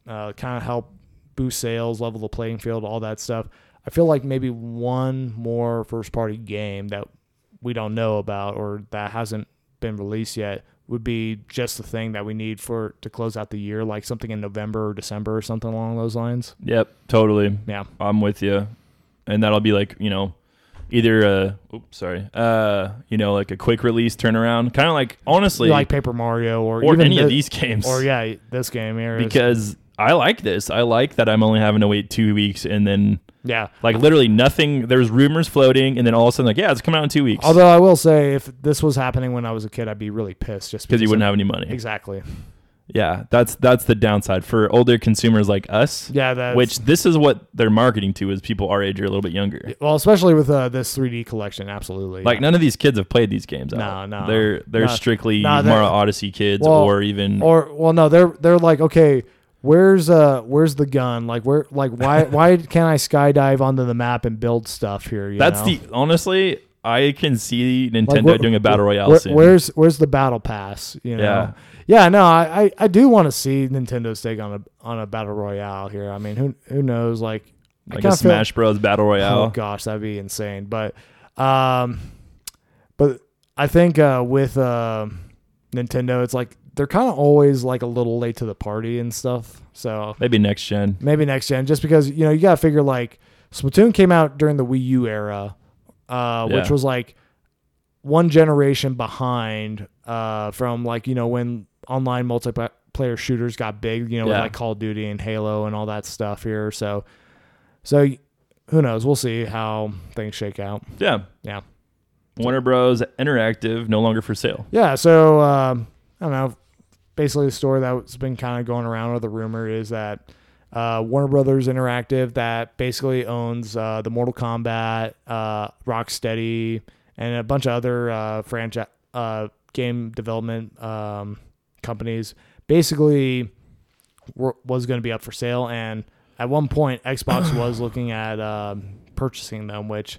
Speaker 1: uh, kind of help boost sales, level the playing field, all that stuff. I feel like maybe one more first party game that we don't know about or that hasn't been released yet would be just the thing that we need for to close out the year, like something in November or December or something along those lines.
Speaker 2: Yep, totally.
Speaker 1: Yeah.
Speaker 2: I'm with you, and that'll be like you know. Either uh oops sorry uh you know like a quick release turnaround kind of like honestly
Speaker 1: like Paper Mario or,
Speaker 2: or
Speaker 1: even
Speaker 2: any of
Speaker 1: thi-
Speaker 2: these games
Speaker 1: or yeah, this game here. is-
Speaker 2: because I like this. I like that I'm only having to wait two weeks and then
Speaker 1: yeah.
Speaker 2: like literally nothing. There's rumors floating, and then all of a sudden like yeah, it's coming out in two weeks.
Speaker 1: Although I will say if this was happening when I was a kid, I'd be really pissed just
Speaker 2: because you
Speaker 1: of-
Speaker 2: wouldn't have any money.
Speaker 1: Exactly.
Speaker 2: Yeah, that's that's the downside for older consumers like us.
Speaker 1: Yeah, that's
Speaker 2: Which this is what they're marketing to is people our age or a little bit younger.
Speaker 1: well, especially with uh, this 3D collection, absolutely.
Speaker 2: Like none of these kids have played these games.
Speaker 1: No,
Speaker 2: out.
Speaker 1: no.
Speaker 2: They're they're
Speaker 1: No,
Speaker 2: strictly
Speaker 1: no, they're-
Speaker 2: Mario Odyssey kids
Speaker 1: Well,
Speaker 2: or even
Speaker 1: or well, no, they're they're like, okay, where's uh, where's the gun? Like where, like why why can't I skydive onto the map and build stuff here? you
Speaker 2: that's
Speaker 1: know?
Speaker 2: the honestly I can see
Speaker 1: Like,
Speaker 2: Nintendo
Speaker 1: where-
Speaker 2: doing a battle royale
Speaker 1: where-
Speaker 2: soon.
Speaker 1: Where's where's the battle pass? You know?
Speaker 2: Yeah.
Speaker 1: Yeah. Yeah. No, I I, I do want to see Nintendo's take on a on a battle royale here. I mean, who who knows? Like, I
Speaker 2: like a
Speaker 1: kinda feel-
Speaker 2: Smash Bros battle
Speaker 1: Oh
Speaker 2: royale.
Speaker 1: gosh, that'd be insane. But, um, but I think uh, with um Nintendo, it's like they're kind of always like a little late to the party and stuff. So
Speaker 2: Maybe next gen.
Speaker 1: maybe next gen, just because you know you gotta figure like Splatoon came out during the Wii U era, uh, which
Speaker 2: Yeah.
Speaker 1: was like one generation behind uh, from like you know when online multiplayer shooters got big, you know, with
Speaker 2: Yeah.
Speaker 1: like Call of Duty and Halo and all that stuff here. So, so who knows? We'll see how things shake out.
Speaker 2: Yeah.
Speaker 1: Yeah.
Speaker 2: Warner Bros. Interactive no longer for sale.
Speaker 1: Yeah, so um, I don't know. Basically, the story that's been kind of going around, or the rumor is that uh, Warner Brothers Interactive, that basically owns uh, the Mortal Kombat, uh, Rocksteady, and a bunch of other uh, franchise uh, game development um, companies, basically were, was going to be up for sale. And at one point, Xbox was looking at um, purchasing them, which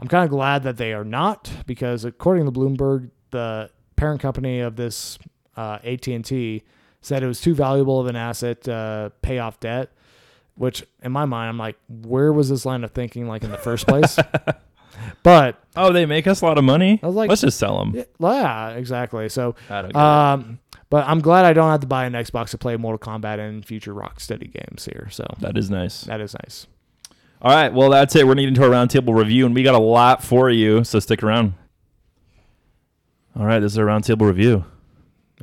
Speaker 1: I'm kind of glad that they are not, because according to Bloomberg, the parent company of this uh, AT&T said it was too valuable of an asset to uh, pay off debt. Which, in my mind, I'm like, where was this line of thinking like in the first place? but
Speaker 2: Oh, they make us a lot of money.
Speaker 1: I was like-
Speaker 2: Let's just sell them.
Speaker 1: yeah, yeah, exactly. So,
Speaker 2: I don't get it.
Speaker 1: um, but I'm glad I don't have to buy an Xbox to play Mortal Kombat and future Rocksteady games here. So
Speaker 2: That is nice.
Speaker 1: that is nice.
Speaker 2: All right. Well, that's it. We're going to get into our roundtable review, and we got a lot for you, so stick around. All right. This is our roundtable review.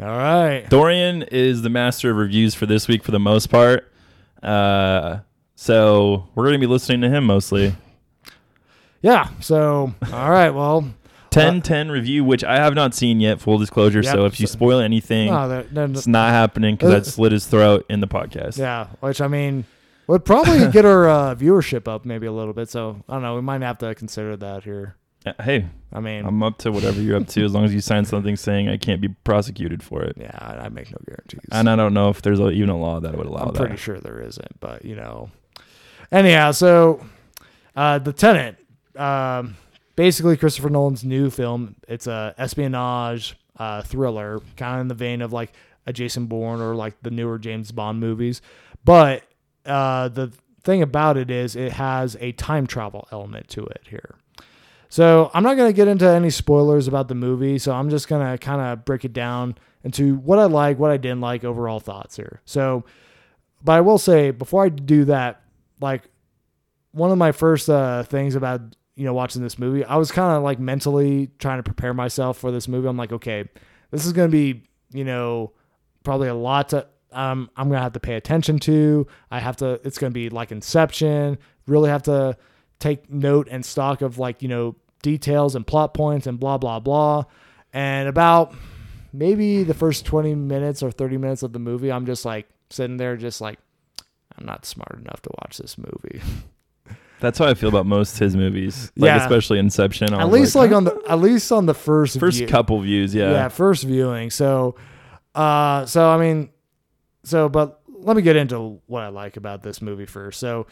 Speaker 1: All right.
Speaker 2: Dorian is the master of reviews for this week for the most part. Uh, so we're going to be listening to him
Speaker 1: Uh,
Speaker 2: mostly.
Speaker 1: Yeah. So, all right. Well,
Speaker 2: 10 10 review, which I have not seen yet, full disclosure.
Speaker 1: Yep.
Speaker 2: So if you spoil anything,
Speaker 1: no, that, that,
Speaker 2: it's not happening because I slit his throat in the podcast.
Speaker 1: yeah. Which I mean, would probably get our uh, viewership up maybe a little bit. So I don't know. We might have to consider that here.
Speaker 2: Uh, Hey,
Speaker 1: I mean,
Speaker 2: I'm up to whatever you're up to as long as you sign something saying I can't be prosecuted for it.
Speaker 1: yeah, I, I make no guarantees.
Speaker 2: And I don't know if there's a, even a law that would allow
Speaker 1: I'm
Speaker 2: that.
Speaker 1: pretty sure there isn't, but you know. Anyhow, so uh, the tenant, um, basically Christopher Nolan's new film. It's a espionage uh, thriller, kind of in the vein of like a Jason Bourne or like the newer James Bond movies. But uh, the thing about it is, it has a time travel element to it here. So I'm not going to get into any spoilers about the movie. So I'm just going to kind of break it down into what I like, what I didn't like, overall thoughts here. So, but I will say before I do that, like one of my first uh, things about you know watching this movie, I was kind of like mentally trying to prepare myself for this movie. I'm like, okay, this is going to be you know probably a lot to um, I'm gonna have to pay attention to. I have to. It's gonna be like Inception. Really have to take note and stock of like you know details and plot points and blah blah blah. And about maybe the first 20 minutes or 30 minutes of the movie, I'm just like sitting there, just like I'm not smart enough to watch this movie.
Speaker 2: That's how I feel about most of his movies. Like
Speaker 1: Yeah.
Speaker 2: especially Inception. I
Speaker 1: at
Speaker 2: was
Speaker 1: least like on the at least on the first
Speaker 2: first
Speaker 1: view.
Speaker 2: couple views, yeah.
Speaker 1: first viewing. So, uh, so I mean, so but let me get into what I like about this movie first. So,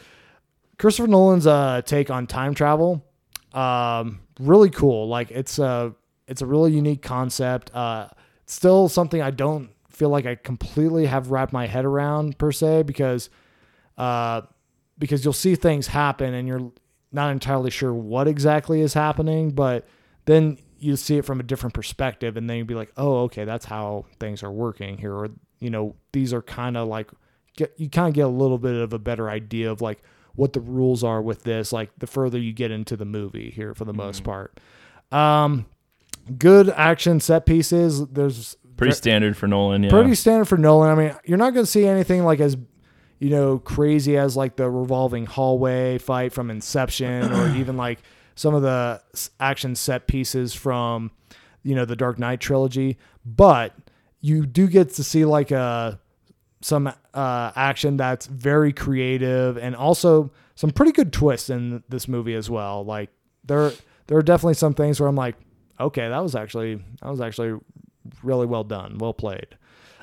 Speaker 1: Christopher Nolan's uh take on time travel, um, really cool. Like it's a it's a really unique concept. Uh, it's still something I don't feel like I completely have wrapped my head around per se because, uh, because you'll see things happen and you're not entirely sure what exactly is happening, but then you see it from a different perspective and then you'd be like, oh, okay, that's how things are working here. Or, you know, these are kind of like, get, you kind of get a little bit of a better idea of like what the rules are with this, like the further you get into the movie here for the most part. Um, good action set pieces. There's
Speaker 2: Pretty standard for Nolan, yeah.
Speaker 1: pretty standard for Nolan. I mean, you're not going to see anything like as you know crazy as like the revolving hallway fight from Inception, or even like some of the s- action set pieces from you know the Dark Knight trilogy. But you do get to see like a some uh, action that's very creative and also some pretty good twists in this movie as well. Like there there are definitely some things where I'm like, okay, that was actually that was actually really well done, well played.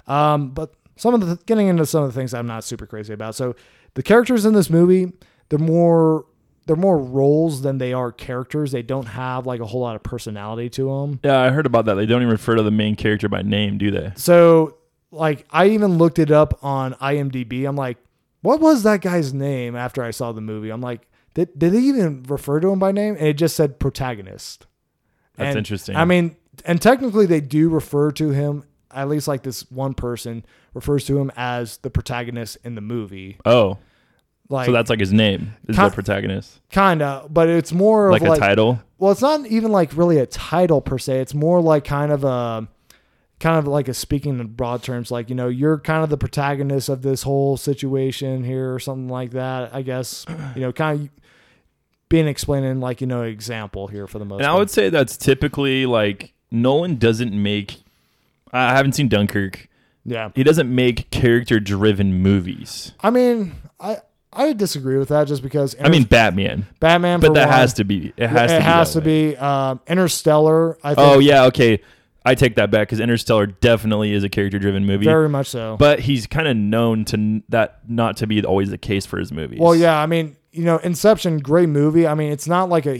Speaker 1: Um, but some of the getting into some of the things I'm not super crazy about. So the characters in this movie, they're more they're more roles than they are characters. They don't have like a whole lot of personality to them.
Speaker 2: Yeah, I heard about that. They don't even refer to the main character by name, do they?
Speaker 1: So, like, I even looked it up on IMDb. I'm like, what was that guy's name after I saw the movie? I'm like, did, did they even refer to him by name? And it just said protagonist.
Speaker 2: That's
Speaker 1: And,
Speaker 2: interesting.
Speaker 1: I mean, and technically they do refer to him, at least like this one person refers to him as the protagonist in the movie.
Speaker 2: oh,
Speaker 1: Like,
Speaker 2: so that's like his name is
Speaker 1: Con-
Speaker 2: the protagonist,
Speaker 1: kind of, but it's more
Speaker 2: like
Speaker 1: of
Speaker 2: a
Speaker 1: like,
Speaker 2: title.
Speaker 1: well it's not even like really a title per se it's more like kind of a kind of like a speaking in broad terms like you know you're kind of the protagonist of this whole situation here or something like that i guess you know kind of being explaining like you know example here for the most
Speaker 2: And I
Speaker 1: part.
Speaker 2: would say that's typically like Nolan doesn't make. I I haven't seen Dunkirk.
Speaker 1: yeah
Speaker 2: He doesn't make character-driven movies.
Speaker 1: i mean i i disagree with that just because
Speaker 2: I mean Batman,
Speaker 1: batman
Speaker 2: but
Speaker 1: for
Speaker 2: that
Speaker 1: one,
Speaker 2: has to be. It has to.
Speaker 1: it
Speaker 2: be
Speaker 1: has
Speaker 2: that
Speaker 1: to
Speaker 2: way.
Speaker 1: be um interstellar i think
Speaker 2: Oh yeah, okay. I take that back because Interstellar definitely is a character-driven movie.
Speaker 1: very much so
Speaker 2: but he's kind of known to n- that not to be always the case for his movies.
Speaker 1: Well, yeah, I mean, you know, Inception, great movie. I mean, it's not like a,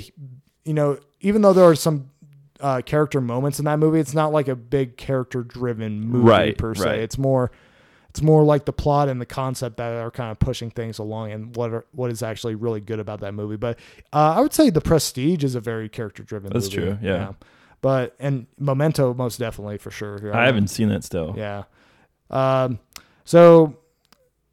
Speaker 1: you know, even though there are some uh, character moments in that movie, it's not like a big character-driven movie
Speaker 2: Right,
Speaker 1: per se.
Speaker 2: right.
Speaker 1: It's more, it's more like the plot and the concept that are kind of pushing things along, and what are, what is actually really good about that movie. But uh, I would say The Prestige is a very character-driven.
Speaker 2: That's
Speaker 1: movie.
Speaker 2: true, yeah.
Speaker 1: But and Memento, most definitely for sure. here.
Speaker 2: I haven't seen that still.
Speaker 1: Yeah. Um, so,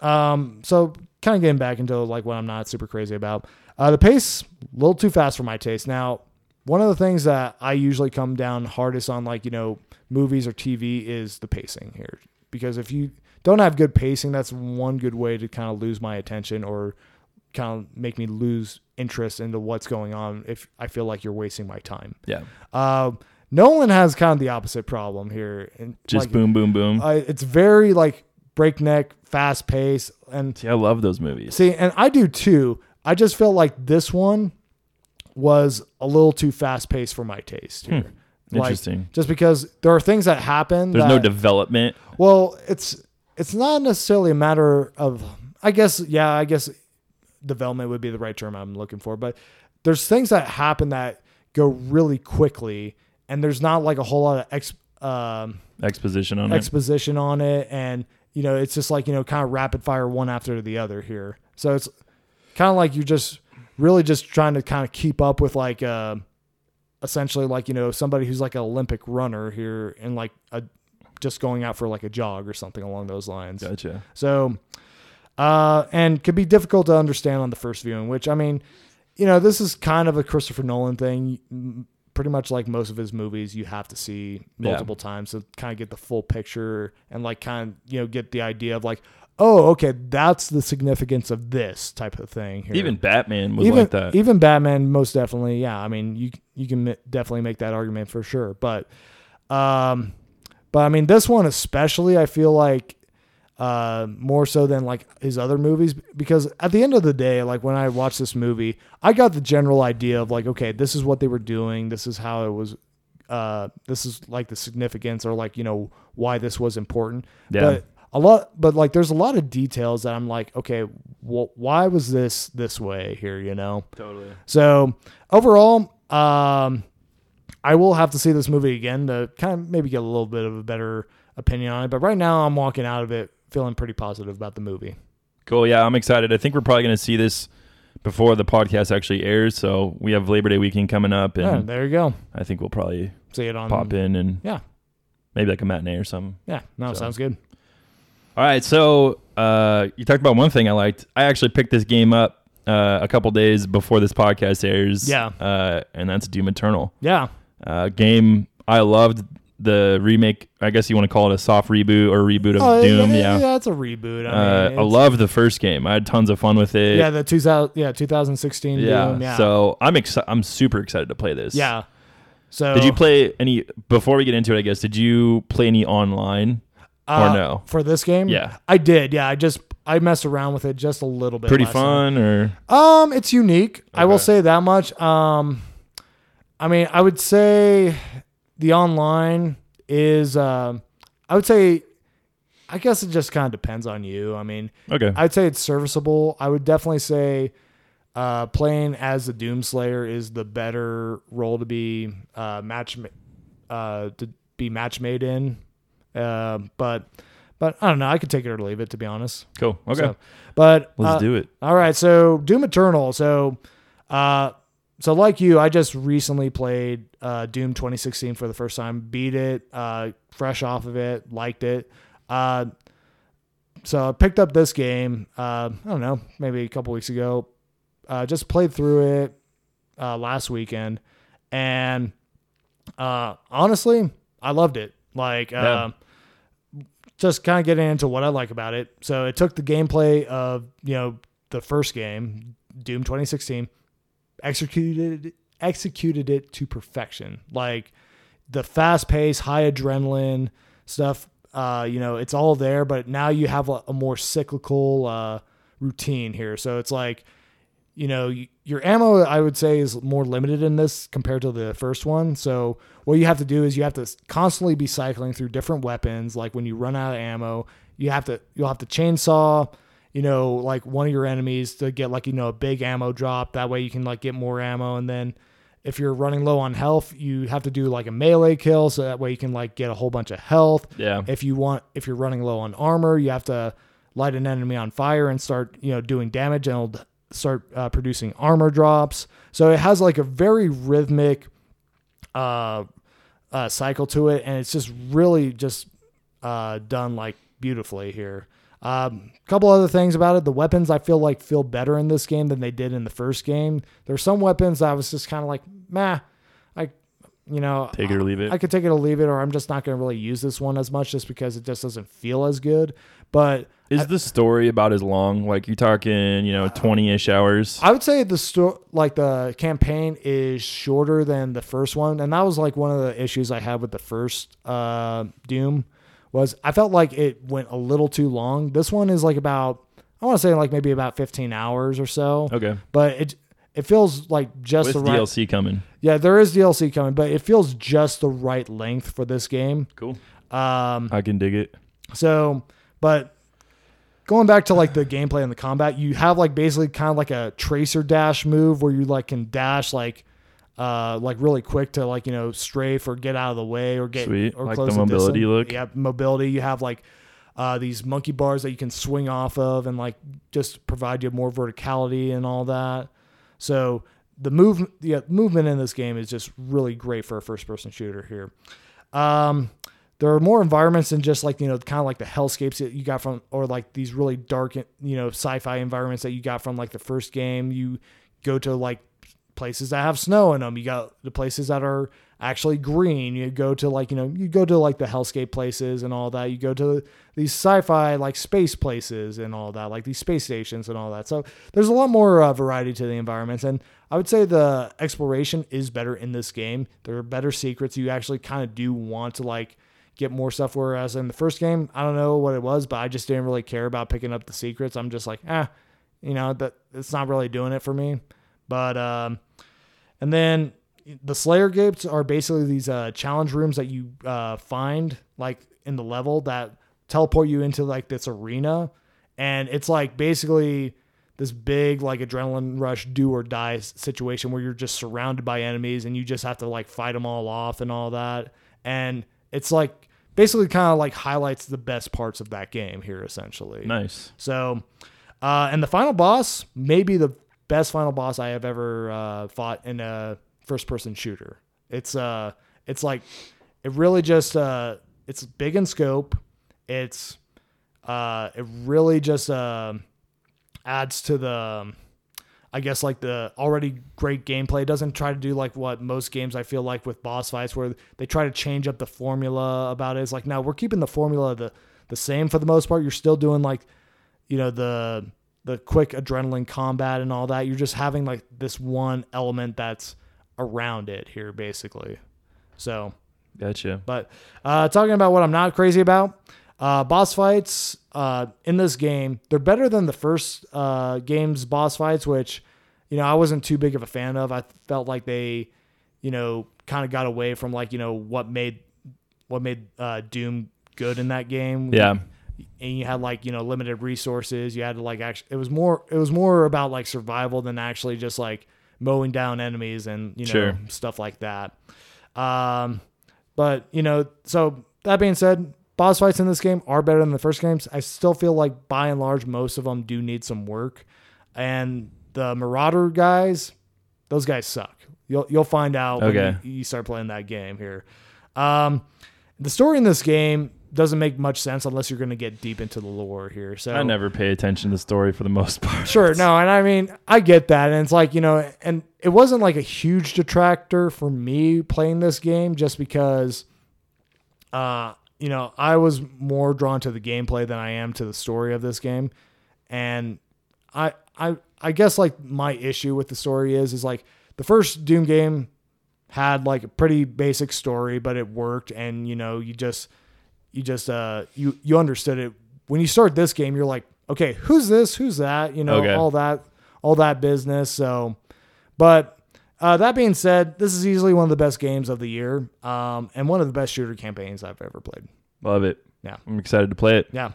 Speaker 1: um, so kind of getting back into like what I'm not super crazy about. Uh, the pace a little too fast for my taste. Now, one of the things that I usually come down hardest on, like you know, movies or TV, is the pacing here. Because if you don't have good pacing, that's one good way to kind of lose my attention or kind of make me lose interest into what's going on. If I feel like you're wasting my time,
Speaker 2: Yeah.
Speaker 1: uh, Nolan has kind of the opposite problem here. And
Speaker 2: Just
Speaker 1: like,
Speaker 2: boom, boom, boom.
Speaker 1: uh, it's very like breakneck, fast pace, and
Speaker 2: See, I love those movies.
Speaker 1: see, and I do too. I just felt like this one was a little too fast paced for my taste. Here. Like,
Speaker 2: Hmm. Interesting.
Speaker 1: just because there are things that happen.
Speaker 2: There's
Speaker 1: that,
Speaker 2: no development.
Speaker 1: well, it's it's not necessarily a matter of I guess yeah, I guess development would be the right term I'm looking for, but there's things that happen that go really quickly and there's not like a whole lot of ex, um,
Speaker 2: Exposition on it.
Speaker 1: exposition on it and you know it's just like you know kind of rapid fire one after the other here so it's kind of like you're just really just trying to kind of keep up with like uh, essentially like you know somebody who's like an olympic runner here and like a just going out for like a jog or something along those lines
Speaker 2: Gotcha.
Speaker 1: so, uh, and could be difficult to understand on the first viewing, which I mean, you know, this is kind of a Christopher Nolan thing. M- Pretty much like most of his movies, you have to see
Speaker 2: Yeah.
Speaker 1: multiple times to kind of get the full picture and like kind of, you know, get the idea of like, oh, okay, that's the significance of this type of thing here.
Speaker 2: Even Batman was
Speaker 1: even,
Speaker 2: like that.
Speaker 1: even Batman, most definitely. Yeah. I mean, you, you can mi- definitely make that argument for sure. But, um, but I mean, this one especially, I feel like uh, more so than like his other movies because at the end of the day, like when I watched this movie, I got the general idea of like, okay, this is what they were doing, this is how it was, uh, this is like the significance or like you know why this was important.
Speaker 2: Yeah.
Speaker 1: But a lot, but like there's a lot of details that I'm like, okay, wh- why was this this way here? You know.
Speaker 2: totally.
Speaker 1: So overall, um, I will have to see this movie again to kind of maybe get a little bit of a better opinion on it. But right now, I'm walking out of it feeling pretty positive about the movie.
Speaker 2: Cool. Yeah, I'm excited. I think we're probably going to see this before the podcast actually airs. So we have Labor Day weekend coming up, and
Speaker 1: Yeah, there you go.
Speaker 2: I think we'll probably
Speaker 1: See it on.
Speaker 2: pop in and
Speaker 1: Yeah.
Speaker 2: maybe like a matinee or something.
Speaker 1: Yeah, no,
Speaker 2: So-
Speaker 1: sounds good.
Speaker 2: All right, so uh, you talked about one thing I liked. I actually picked this game up uh, a couple days before this podcast airs.
Speaker 1: Yeah.
Speaker 2: uh, and that's Doom Eternal.
Speaker 1: Yeah,
Speaker 2: Uh, game I loved the remake. I guess you want to call it a soft reboot or reboot of
Speaker 1: Oh,
Speaker 2: Doom. Yeah,
Speaker 1: it's a reboot. I,
Speaker 2: Uh,
Speaker 1: mean,
Speaker 2: I
Speaker 1: it's-
Speaker 2: love the first game. I had tons of fun with it.
Speaker 1: Yeah, the 2000, yeah, 2016
Speaker 2: yeah.
Speaker 1: Doom. Yeah,
Speaker 2: So I'm excited. I'm super excited to play this.
Speaker 1: yeah. So
Speaker 2: Did you play any before we get into it? I guess did you play any online?
Speaker 1: uh,
Speaker 2: no?
Speaker 1: for this game?
Speaker 2: Yeah.
Speaker 1: I did. Yeah, I just I messed around with it just a little bit.
Speaker 2: Pretty
Speaker 1: last night.
Speaker 2: fun, or
Speaker 1: Um, it's unique. I will
Speaker 2: Okay.
Speaker 1: say that much. Um, I mean, I would say the online is. Um, I would say, I guess it just kind of depends on you. I mean,
Speaker 2: okay,
Speaker 1: I'd say it's serviceable. I would definitely say, uh, playing as the Doomslayer is the better role to be uh match, ma- uh, to be match made in. Uh, but, but I don't know. I could take it or leave it to be honest.
Speaker 2: cool, okay,
Speaker 1: So, but
Speaker 2: let's
Speaker 1: uh,
Speaker 2: do it.
Speaker 1: all right, so Doom Eternal. So, uh, so like you, I just recently played uh, Doom 2016 for the first time. Beat it, uh, fresh off of it, liked it. Uh, so I picked up this game. Uh, I don't know, maybe a couple weeks ago. Uh, just played through it uh, last weekend, and uh, honestly, I loved it. Like, uh,
Speaker 2: Yeah.
Speaker 1: just kind of getting into what I like about it. So it took the gameplay of you know the first game, Doom 2016, executed executed it to perfection. Like the fast pace, high adrenaline stuff. Uh, you know, it's all there, but now you have a, a more cyclical uh, routine here. So it's like, you know, y- your ammo I would say is more limited in this compared to the first one. So what you have to do is you have to s- constantly be cycling through different weapons. Like when you run out of ammo, you have to you'll have to chainsaw, you know, like one of your enemies to get like you know a big ammo drop. That way you can like get more ammo, and then if you're running low on health, you have to do like a melee kill, so that way you can like get a whole bunch of health.
Speaker 2: Yeah,
Speaker 1: If you want, if you're running low on armor, you have to light an enemy on fire and start, you know, doing damage, and it'll d- start uh, producing armor drops. So it has like a very rhythmic uh, uh, cycle to it, and it's just really just uh, done like beautifully here. A um, couple other things about it: the weapons I feel like feel better in this game than they did in the first game. There's some weapons that I was just kind of like, meh, I, you know,
Speaker 2: take it or leave it.
Speaker 1: I could take it or leave it, or I'm just not going to really use this one as much just because it just doesn't feel as good. But
Speaker 2: Is the story about as long? Like you're talking, you know, twenty ish hours.
Speaker 1: I would say the sto- like the campaign is shorter than the first one, and that was like one of the issues I had with the first uh, Doom was I felt like it went a little too long. This one is like about I want to say like maybe about 15 hours or so,
Speaker 2: Okay,
Speaker 1: but it it feels like just
Speaker 2: with
Speaker 1: the right.
Speaker 2: DLC coming.
Speaker 1: Yeah, there is DLC coming, but it feels just the right length for this game.
Speaker 2: Cool,
Speaker 1: Um,
Speaker 2: I can dig it.
Speaker 1: So, but going back to like the gameplay and the combat, you have like basically kind of like a tracer dash move where you like can dash like uh like really quick to like you know strafe or get out of the way or get
Speaker 2: Sweet.
Speaker 1: or
Speaker 2: Like
Speaker 1: close
Speaker 2: the mobility
Speaker 1: distance.
Speaker 2: look.
Speaker 1: Yeah, mobility. You have like uh, these monkey bars that you can swing off of and like just provide you more verticality and all that. So the move, yeah, movement in this game is just really great for a first-person shooter here. Um, there are more environments than just like you know, kind of like the hellscapes that you got from, or like these really dark, you know, sci-fi environments that you got from like the first game. You go to like places that have snow in them. You got the places that are actually green. You go to like you know, you go to like the hellscape places and all that. You go to these sci-fi like space places and all that, like these space stations and all that. So there's a lot more uh, variety to the environments, and I would say the exploration is better in this game. There are better secrets. You actually kind of do want to like get more stuff. Whereas in the first game, I don't know what it was, but I just didn't really care about picking up the secrets. I'm just like, ah, you know, that it's not really doing it for me. But um, and then the Slayer gates are basically these uh, challenge rooms that you uh, find like in the level that teleport you into like this arena, and it's like basically this big like adrenaline rush do or die s- situation where you're just surrounded by enemies and you just have to like fight them all off and all that, and it's like basically kind of like highlights the best parts of that game here essentially.
Speaker 2: Nice.
Speaker 1: So, uh, and the final boss may be the best final boss I have ever uh, fought in a first-person shooter. It's uh, it's like it really just uh, it's big in scope. It's uh, it really just um adds to the. um, I guess like the already great gameplay It doesn't try to do like what most games I feel like with boss fights where they try to change up the formula about it. It's like no, we're keeping the formula the the same for the most part. You're still doing like you know the the quick adrenaline combat and all that. You're just having like this one element that's around it here basically. So,
Speaker 2: Gotcha.
Speaker 1: but uh, talking about what I'm not crazy about, uh, boss fights uh, in this game, they're better than the first uh, game's boss fights, which, you know, I wasn't too big of a fan of. I felt like they, you know, kind of got away from like, you know, what made what made uh, Doom good in that game.
Speaker 2: Yeah.
Speaker 1: And you had like, you know, limited resources. You had to like actually it was more it was more about like survival than actually just like mowing down enemies and, you know,
Speaker 2: Sure.
Speaker 1: stuff like that. Um, but you know, so that being said, boss fights in this game are better than the first games. I still feel like by and large, most of them do need some work, and the Marauder guys, those guys suck. You'll you'll find out
Speaker 2: Okay.
Speaker 1: when you, you start playing that game here. Um, the story in this game doesn't make much sense unless you're going to get deep into the lore here. So
Speaker 2: I never pay attention to the story for the most part.
Speaker 1: Sure, no, and I mean I get that, and it's like you know, and it wasn't like a huge detractor for me playing this game just because, uh, you know, I was more drawn to the gameplay than I am to the story of this game, and I I I guess like my issue with the story is is like the first Doom game had like a pretty basic story, but it worked, and you know you just you just uh you you understood it. When you start this game, you're like, okay, who's this? Who's that? You know
Speaker 2: Okay.
Speaker 1: all that all that business. So, but uh, that being said, this is easily one of the best games of the year, um, and one of the best shooter campaigns I've ever played.
Speaker 2: Love it.
Speaker 1: Yeah.
Speaker 2: I'm excited to play it.
Speaker 1: Yeah,
Speaker 2: All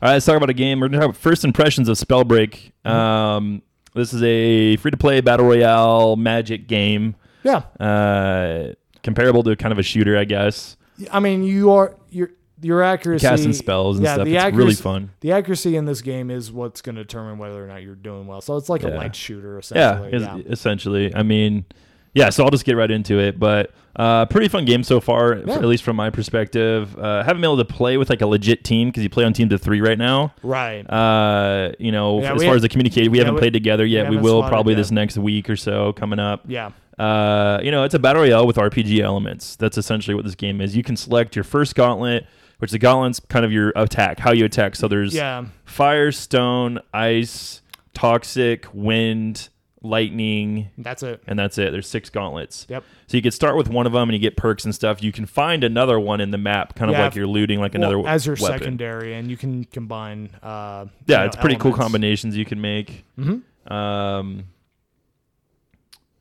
Speaker 2: right, let's talk about a game. We're going to talk about first impressions of Spellbreak.
Speaker 1: Mm-hmm.
Speaker 2: Um, this is a free to play battle royale magic game,
Speaker 1: yeah.
Speaker 2: uh, comparable to kind of a shooter, I guess.
Speaker 1: I mean, you are your your accuracy
Speaker 2: Casting spells and
Speaker 1: yeah,
Speaker 2: stuff.
Speaker 1: the
Speaker 2: It's
Speaker 1: accuracy-
Speaker 2: really fun.
Speaker 1: The accuracy in this game is what's going to determine whether or not you're doing well. So it's like a
Speaker 2: Yeah.
Speaker 1: light shooter
Speaker 2: Yeah,
Speaker 1: essentially.
Speaker 2: es- essentially. I mean, yeah, so I'll just get right into it. But uh, pretty fun game so far, f-
Speaker 1: Yeah.
Speaker 2: at least from my perspective. Uh, haven't been able to play with like a legit team because you play on teams of three right now.
Speaker 1: Right.
Speaker 2: Uh, you know,
Speaker 1: Yeah,
Speaker 2: as
Speaker 1: we
Speaker 2: far
Speaker 1: ha-
Speaker 2: as the communication, we
Speaker 1: yeah,
Speaker 2: haven't
Speaker 1: we-
Speaker 2: played together yet. We
Speaker 1: haven't
Speaker 2: will
Speaker 1: slotted
Speaker 2: probably this
Speaker 1: yet.
Speaker 2: next week or so coming up.
Speaker 1: yeah.
Speaker 2: Uh, you know, it's a battle royale with RPG elements. That's essentially what this game is. You can select your first gauntlet, which the gauntlet's kind of your attack, how you attack. So there's
Speaker 1: Yeah.
Speaker 2: fire, stone, ice, toxic, wind, lightning,
Speaker 1: That's it.
Speaker 2: and that's it. There's six gauntlets.
Speaker 1: Yep.
Speaker 2: So you could start with one of them and you get perks and stuff. You can find another one in the map, kind of
Speaker 1: Yeah,
Speaker 2: like
Speaker 1: if-
Speaker 2: you're looting like another
Speaker 1: well, as your
Speaker 2: weapon.
Speaker 1: secondary, and you can combine. Uh, you
Speaker 2: Yeah,
Speaker 1: know,
Speaker 2: it's pretty cool
Speaker 1: elements.
Speaker 2: combinations you can make.
Speaker 1: Mhm.
Speaker 2: Um,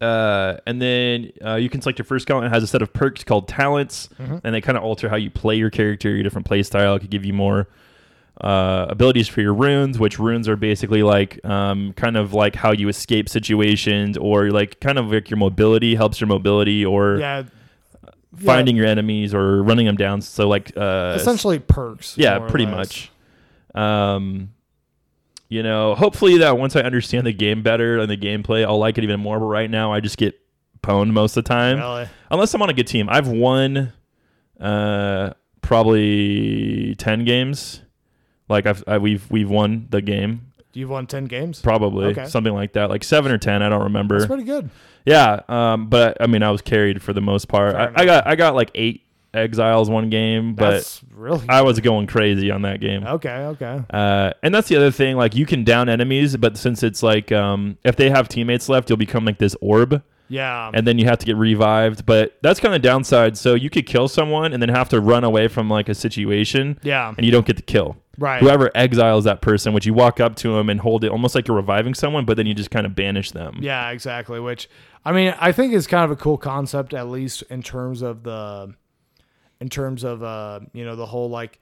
Speaker 2: uh, and then uh, you can select your first gauntlet. It has a set of perks called talents,
Speaker 1: Mm-hmm.
Speaker 2: and they kind of alter how you play your character, your different play style. It could give you more uh, abilities for your runes, which runes are basically like um, kind of like how you escape situations, or like kind of like your mobility helps your mobility, or
Speaker 1: Yeah, yeah,
Speaker 2: finding your enemies or running them down. So like uh,
Speaker 1: essentially perks.
Speaker 2: yeah,
Speaker 1: more or
Speaker 2: pretty
Speaker 1: less.
Speaker 2: much. Um, you know, hopefully that once I understand the game better and the gameplay, I'll like it even more. But right now, I just get pwned most of the time,
Speaker 1: Really.
Speaker 2: unless I'm on a good team. I've won uh, probably ten games. Like I've I, we've we've won the game
Speaker 1: You've won ten games.
Speaker 2: probably
Speaker 1: Okay.
Speaker 2: something like that, like seven or ten. I don't remember.
Speaker 1: That's pretty good.
Speaker 2: Yeah, um, but I mean, I was carried for the most part.
Speaker 1: Fair
Speaker 2: I, I
Speaker 1: enough.
Speaker 2: got I got like eight exiles one game, but
Speaker 1: That's really
Speaker 2: I was going crazy on that game.
Speaker 1: okay. Okay.
Speaker 2: Uh, and that's the other thing. Like you can down enemies, but since it's like um, if they have teammates left, you'll become like this orb,
Speaker 1: Yeah.
Speaker 2: and then you have to get revived. But that's kind of downside. So you could kill someone and then have to run away from like a situation,
Speaker 1: yeah.
Speaker 2: and you don't get the kill.
Speaker 1: Right.
Speaker 2: Whoever exiles that person, which you walk up to them and hold it almost like you're reviving someone, but then you just kind of banish them.
Speaker 1: Yeah, exactly. Which I mean, I think is kind of a cool concept, at least in terms of the, in terms of uh, you know, the whole like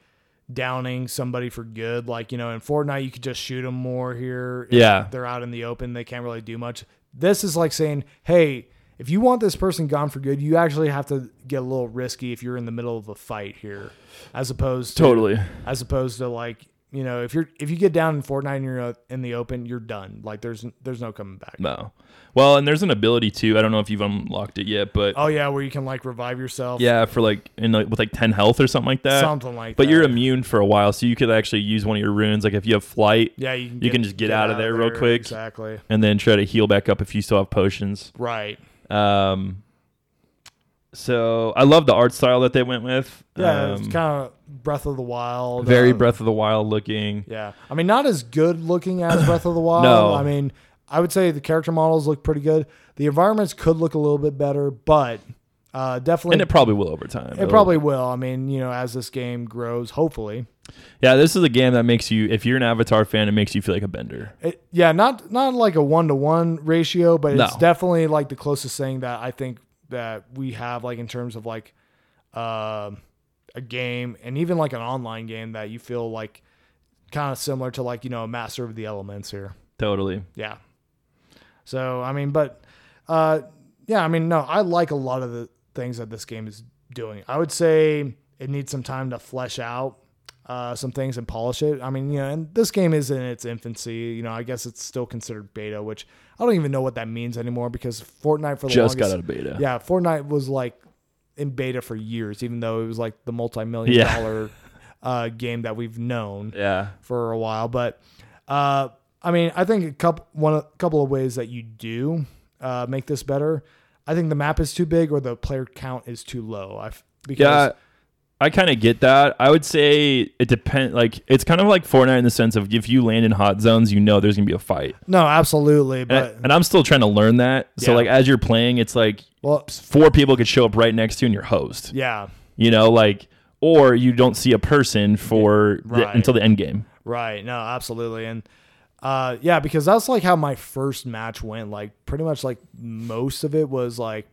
Speaker 1: downing somebody for good. Like you know, in Fortnite, you could just shoot them more here. If
Speaker 2: Yeah.
Speaker 1: they're out in the open; they can't really do much. This is like saying, hey. If you want this person gone for good, you actually have to get a little risky if you're in the middle of a fight here, as opposed to
Speaker 2: Totally.
Speaker 1: as opposed to like you know if you're if you get down in Fortnite and you're uh, in the open, you're done. Like there's there's no coming back.
Speaker 2: No. Well, and there's an ability too. I don't know if you've unlocked it yet, but
Speaker 1: Oh yeah, where you can like revive yourself.
Speaker 2: yeah, for like in like, with like ten health or something like that.
Speaker 1: something like that.
Speaker 2: But you're immune for a while, so you could actually use one of your runes. Like if you have flight,
Speaker 1: yeah, you can,
Speaker 2: you can just get out of there real quick.
Speaker 1: Exactly.
Speaker 2: and then try to heal back up if you still have potions.
Speaker 1: Right.
Speaker 2: Um, so I love the art style that they went with.
Speaker 1: Yeah,
Speaker 2: Um,
Speaker 1: it's kind of Breath of the Wild.
Speaker 2: very
Speaker 1: uh,
Speaker 2: Breath of the Wild looking.
Speaker 1: Yeah, I mean, not as good looking as Breath of the Wild.
Speaker 2: No.
Speaker 1: I mean, I would say the character models look pretty good. The environments could look a little bit better, but Uh,
Speaker 2: and
Speaker 1: definitely,
Speaker 2: it probably will over time.
Speaker 1: it
Speaker 2: It'll-
Speaker 1: probably will. I mean, you know, as this game grows, hopefully.
Speaker 2: yeah. This is a game that makes you, if you're an Avatar fan, it makes you feel like a bender.
Speaker 1: It, yeah, not not like a one to one ratio, but it's
Speaker 2: No.
Speaker 1: definitely like the closest thing that I think that we have, like in terms of like um a game and even like an online game that you feel like kind of similar to like you know Master of the Elements here.
Speaker 2: Totally.
Speaker 1: Yeah. So I mean, but uh, yeah, I mean, no, I like a lot of the things that this game is doing. I would say it needs some time to flesh out uh, some things and polish it. I mean, you know, and this game is in its infancy. You know, I guess it's still considered beta, which I don't even know what that means anymore because Fortnite for the
Speaker 2: Just got
Speaker 1: longest,
Speaker 2: out of beta.
Speaker 1: yeah, Fortnite was like in beta for years, even though it was like the multi-million
Speaker 2: Yeah.
Speaker 1: dollar uh, game that we've known
Speaker 2: Yeah.
Speaker 1: for a while. But uh, I mean, I think a couple one a couple of ways that you do uh, make this better. I think the map is too big or the player count is too low. I f- because
Speaker 2: Yeah, I kind of get that. I would say it depend. Like it's kind of like Fortnite in the sense of if you land in hot zones, you know there's gonna be a fight.
Speaker 1: no, absolutely.
Speaker 2: And,
Speaker 1: But
Speaker 2: I, am still trying to learn that.
Speaker 1: Uh,
Speaker 2: So
Speaker 1: Yeah.
Speaker 2: like as you're playing, it's like
Speaker 1: well,
Speaker 2: four people could show up right next to you and you're host.
Speaker 1: yeah,
Speaker 2: You know, like or you don't see a person for
Speaker 1: Right.
Speaker 2: the, until the end game.
Speaker 1: right. No, absolutely. And uh, yeah, because that's like how my first match went. Like pretty much like most of it was like,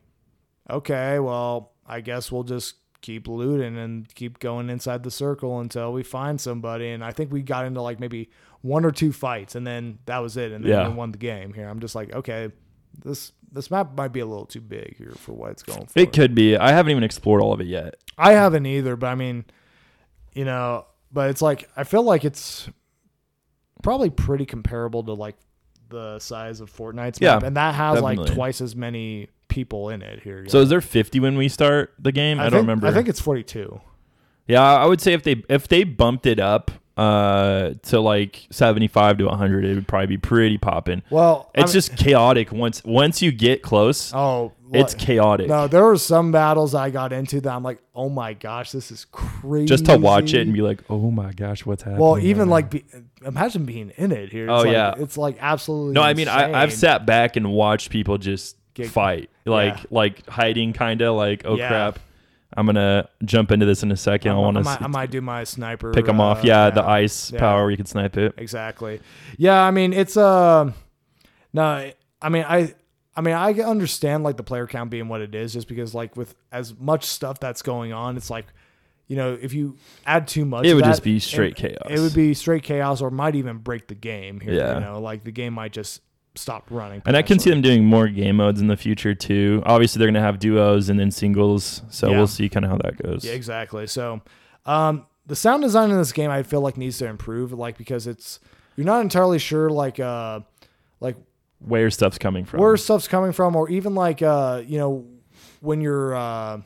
Speaker 1: okay, well, I guess we'll just keep looting and keep going inside the circle until we find somebody. And I think we got into like maybe one or two fights, and then that was it. And then
Speaker 2: Yeah.
Speaker 1: we won the game. Here, I'm just like, okay, this this map might be a little too big here for what it's going for.
Speaker 2: It could be. I haven't even explored all of it yet.
Speaker 1: I haven't either, but I mean, you know, but it's like I feel like it's probably pretty comparable to like the size of Fortnite's
Speaker 2: Yeah,
Speaker 1: map, and that has like
Speaker 2: definitely.
Speaker 1: twice as many people in it here. you
Speaker 2: So
Speaker 1: know.
Speaker 2: is there 50 when we start the game? I, don't
Speaker 1: think-
Speaker 2: remember.
Speaker 1: I think it's forty-two.
Speaker 2: yeah, I would say if they if they bumped it up uh to like 75 to 100, it would probably be pretty popping.
Speaker 1: Well, I
Speaker 2: It's
Speaker 1: mean-
Speaker 2: just chaotic once once you get close.
Speaker 1: oh, well,
Speaker 2: it's chaotic.
Speaker 1: no. There were some battles I got into that I'm like, oh my gosh, this is crazy.
Speaker 2: just to watch it and be like, "Oh my gosh, what's happening?"
Speaker 1: well, even
Speaker 2: right
Speaker 1: like, be, imagine being in it here. It's
Speaker 2: Oh,
Speaker 1: like,
Speaker 2: yeah.
Speaker 1: it's like absolutely.
Speaker 2: now?" No, I mean, I, I've
Speaker 1: insane.
Speaker 2: sat back and watched people just
Speaker 1: Get-
Speaker 2: fight, like
Speaker 1: Yeah.
Speaker 2: like hiding, kind of like, "Oh
Speaker 1: Yeah.
Speaker 2: crap, I'm gonna jump into this in a second. I
Speaker 1: I,
Speaker 2: want
Speaker 1: might, I
Speaker 2: to
Speaker 1: might do my sniper.
Speaker 2: pick them off."
Speaker 1: uh,
Speaker 2: Yeah, the ice
Speaker 1: yeah.
Speaker 2: power, you can snipe it.
Speaker 1: exactly yeah i mean it's uh no i mean i i mean i understand like the player count being what it is just because like with as much stuff that's going on it's like you know if you add too much
Speaker 2: It
Speaker 1: of
Speaker 2: would
Speaker 1: that,
Speaker 2: just be straight
Speaker 1: it-
Speaker 2: chaos.
Speaker 1: it would be straight chaos or might even break the game here
Speaker 2: Yeah.
Speaker 1: you know like the game might just stop running
Speaker 2: And I can see
Speaker 1: potentially.
Speaker 2: them doing more game modes in the future too. Obviously, they're gonna have duos and then singles, so
Speaker 1: Yeah.
Speaker 2: we'll see kind of how that goes.
Speaker 1: Yeah, exactly. So, um, the sound design in this game, I feel like needs to improve, like because it's you're not entirely sure, like, uh, like
Speaker 2: Where stuff's coming from?
Speaker 1: where stuff's coming from, or even like, uh, you know, when your uh,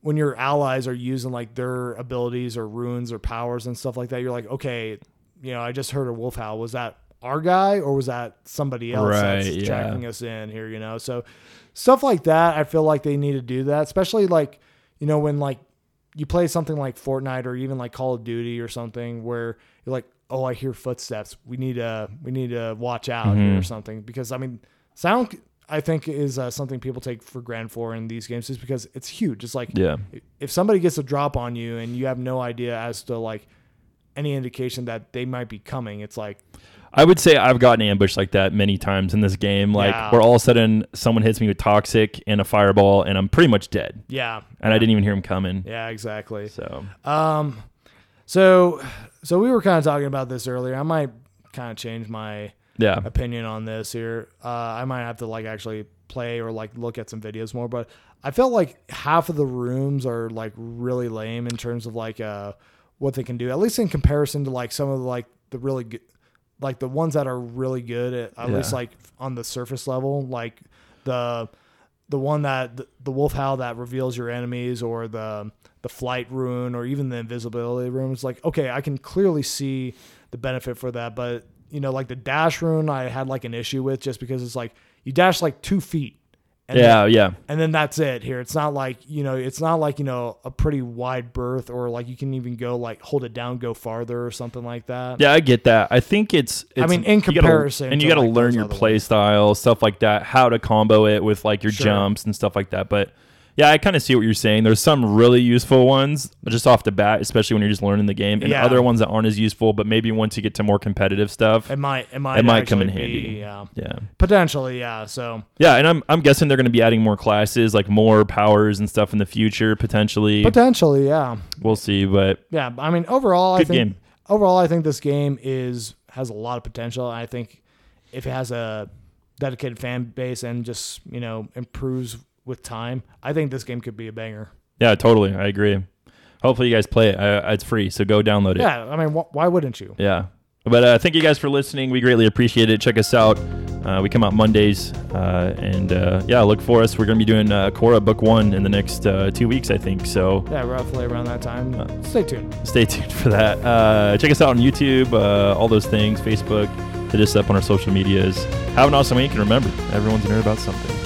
Speaker 1: when your allies are using like their abilities or runes or powers and stuff like that, you're like, okay, you know, I just heard a wolf howl. Was that our guy or was that somebody else that's
Speaker 2: Right, yeah.
Speaker 1: tracking us in here? You know, so stuff like that. I feel like they need to do that, especially like you know when like you play something like Fortnite or even like Call of Duty or something where you're like, oh, I hear footsteps. We need to we need to watch out here or something because I mean, sound I think is uh, something people take for granted for in these games just because it's huge. It's like
Speaker 2: Yeah.
Speaker 1: if somebody gets a drop on you and you have no idea as to like any indication that they might be coming, it's like
Speaker 2: I would say I've gotten ambushed like that many times in this game. Like
Speaker 1: Yeah.
Speaker 2: where all of a sudden someone hits me with toxic and a fireball, and I'm pretty much dead,
Speaker 1: yeah,
Speaker 2: and I didn't even hear him coming.
Speaker 1: yeah, exactly.
Speaker 2: So
Speaker 1: Um, so so we were kind of talking about this earlier. I might kind of change my
Speaker 2: yeah,
Speaker 1: opinion on this here. Uh, I might have to like actually play or like look at some videos more, but I felt like half of the rooms are like really lame in terms of like uh what they can do. At least in comparison to like some of like the really good, like the ones that are really good at, at
Speaker 2: Yeah.
Speaker 1: least like on the surface level, like the the one that the, the wolf howl that reveals your enemies or the the flight rune or even the invisibility rune is like okay i can clearly see the benefit for that but you know like the dash rune i had like an issue with just because it's like you dash like two feet and then,
Speaker 2: yeah, yeah,
Speaker 1: and then that's it here it's not like you know it's not like you know a pretty wide berth or like you can even go like hold it down go farther or something like that
Speaker 2: yeah. I get that. I think it's. it's
Speaker 1: mean, in
Speaker 2: you gotta-
Speaker 1: comparison
Speaker 2: and you
Speaker 1: to,
Speaker 2: got to
Speaker 1: like,
Speaker 2: learn
Speaker 1: those
Speaker 2: your
Speaker 1: other
Speaker 2: play style, stuff like that, how to combo it with like your
Speaker 1: Sure.
Speaker 2: jumps and stuff like that. But Yeah, I kind of see what you're saying. There's some really useful ones just off the bat, especially when you're just learning the game, and
Speaker 1: Yeah.
Speaker 2: other ones that aren't as useful. But maybe once you get to more competitive stuff,
Speaker 1: It might it might
Speaker 2: It might come in
Speaker 1: actually be,
Speaker 2: handy.
Speaker 1: Yeah.
Speaker 2: yeah,
Speaker 1: Potentially, yeah. So
Speaker 2: yeah. And I'm I'm guessing they're going to be adding more classes, like more powers and stuff in the future potentially.
Speaker 1: potentially, yeah.
Speaker 2: we'll see, but
Speaker 1: Yeah, I mean overall
Speaker 2: Good
Speaker 1: I think
Speaker 2: game.
Speaker 1: overall I think this game is has a lot of potential. I think if it has a dedicated fan base and just, you know, improves with time, I think this game could be a banger.
Speaker 2: yeah, totally, I agree. Hopefully, you guys play it. I, it's free, so go download it.
Speaker 1: Yeah, I mean wh- why wouldn't you?
Speaker 2: Yeah. But uh, thank you guys for listening. We greatly appreciate it. Check us out. Uh, we come out Mondays. Uh, and uh, yeah, look for us. We're going to be doing uh, Korra Book One in the next uh, two weeks, I think. So
Speaker 1: Yeah, roughly around that time.
Speaker 2: Uh,
Speaker 1: Stay tuned.
Speaker 2: stay tuned for that. Uh, check us out on YouTube, uh, all those things, Facebook. Hit us up on our social medias. Have an awesome week. And remember, everyone's a nerd about something.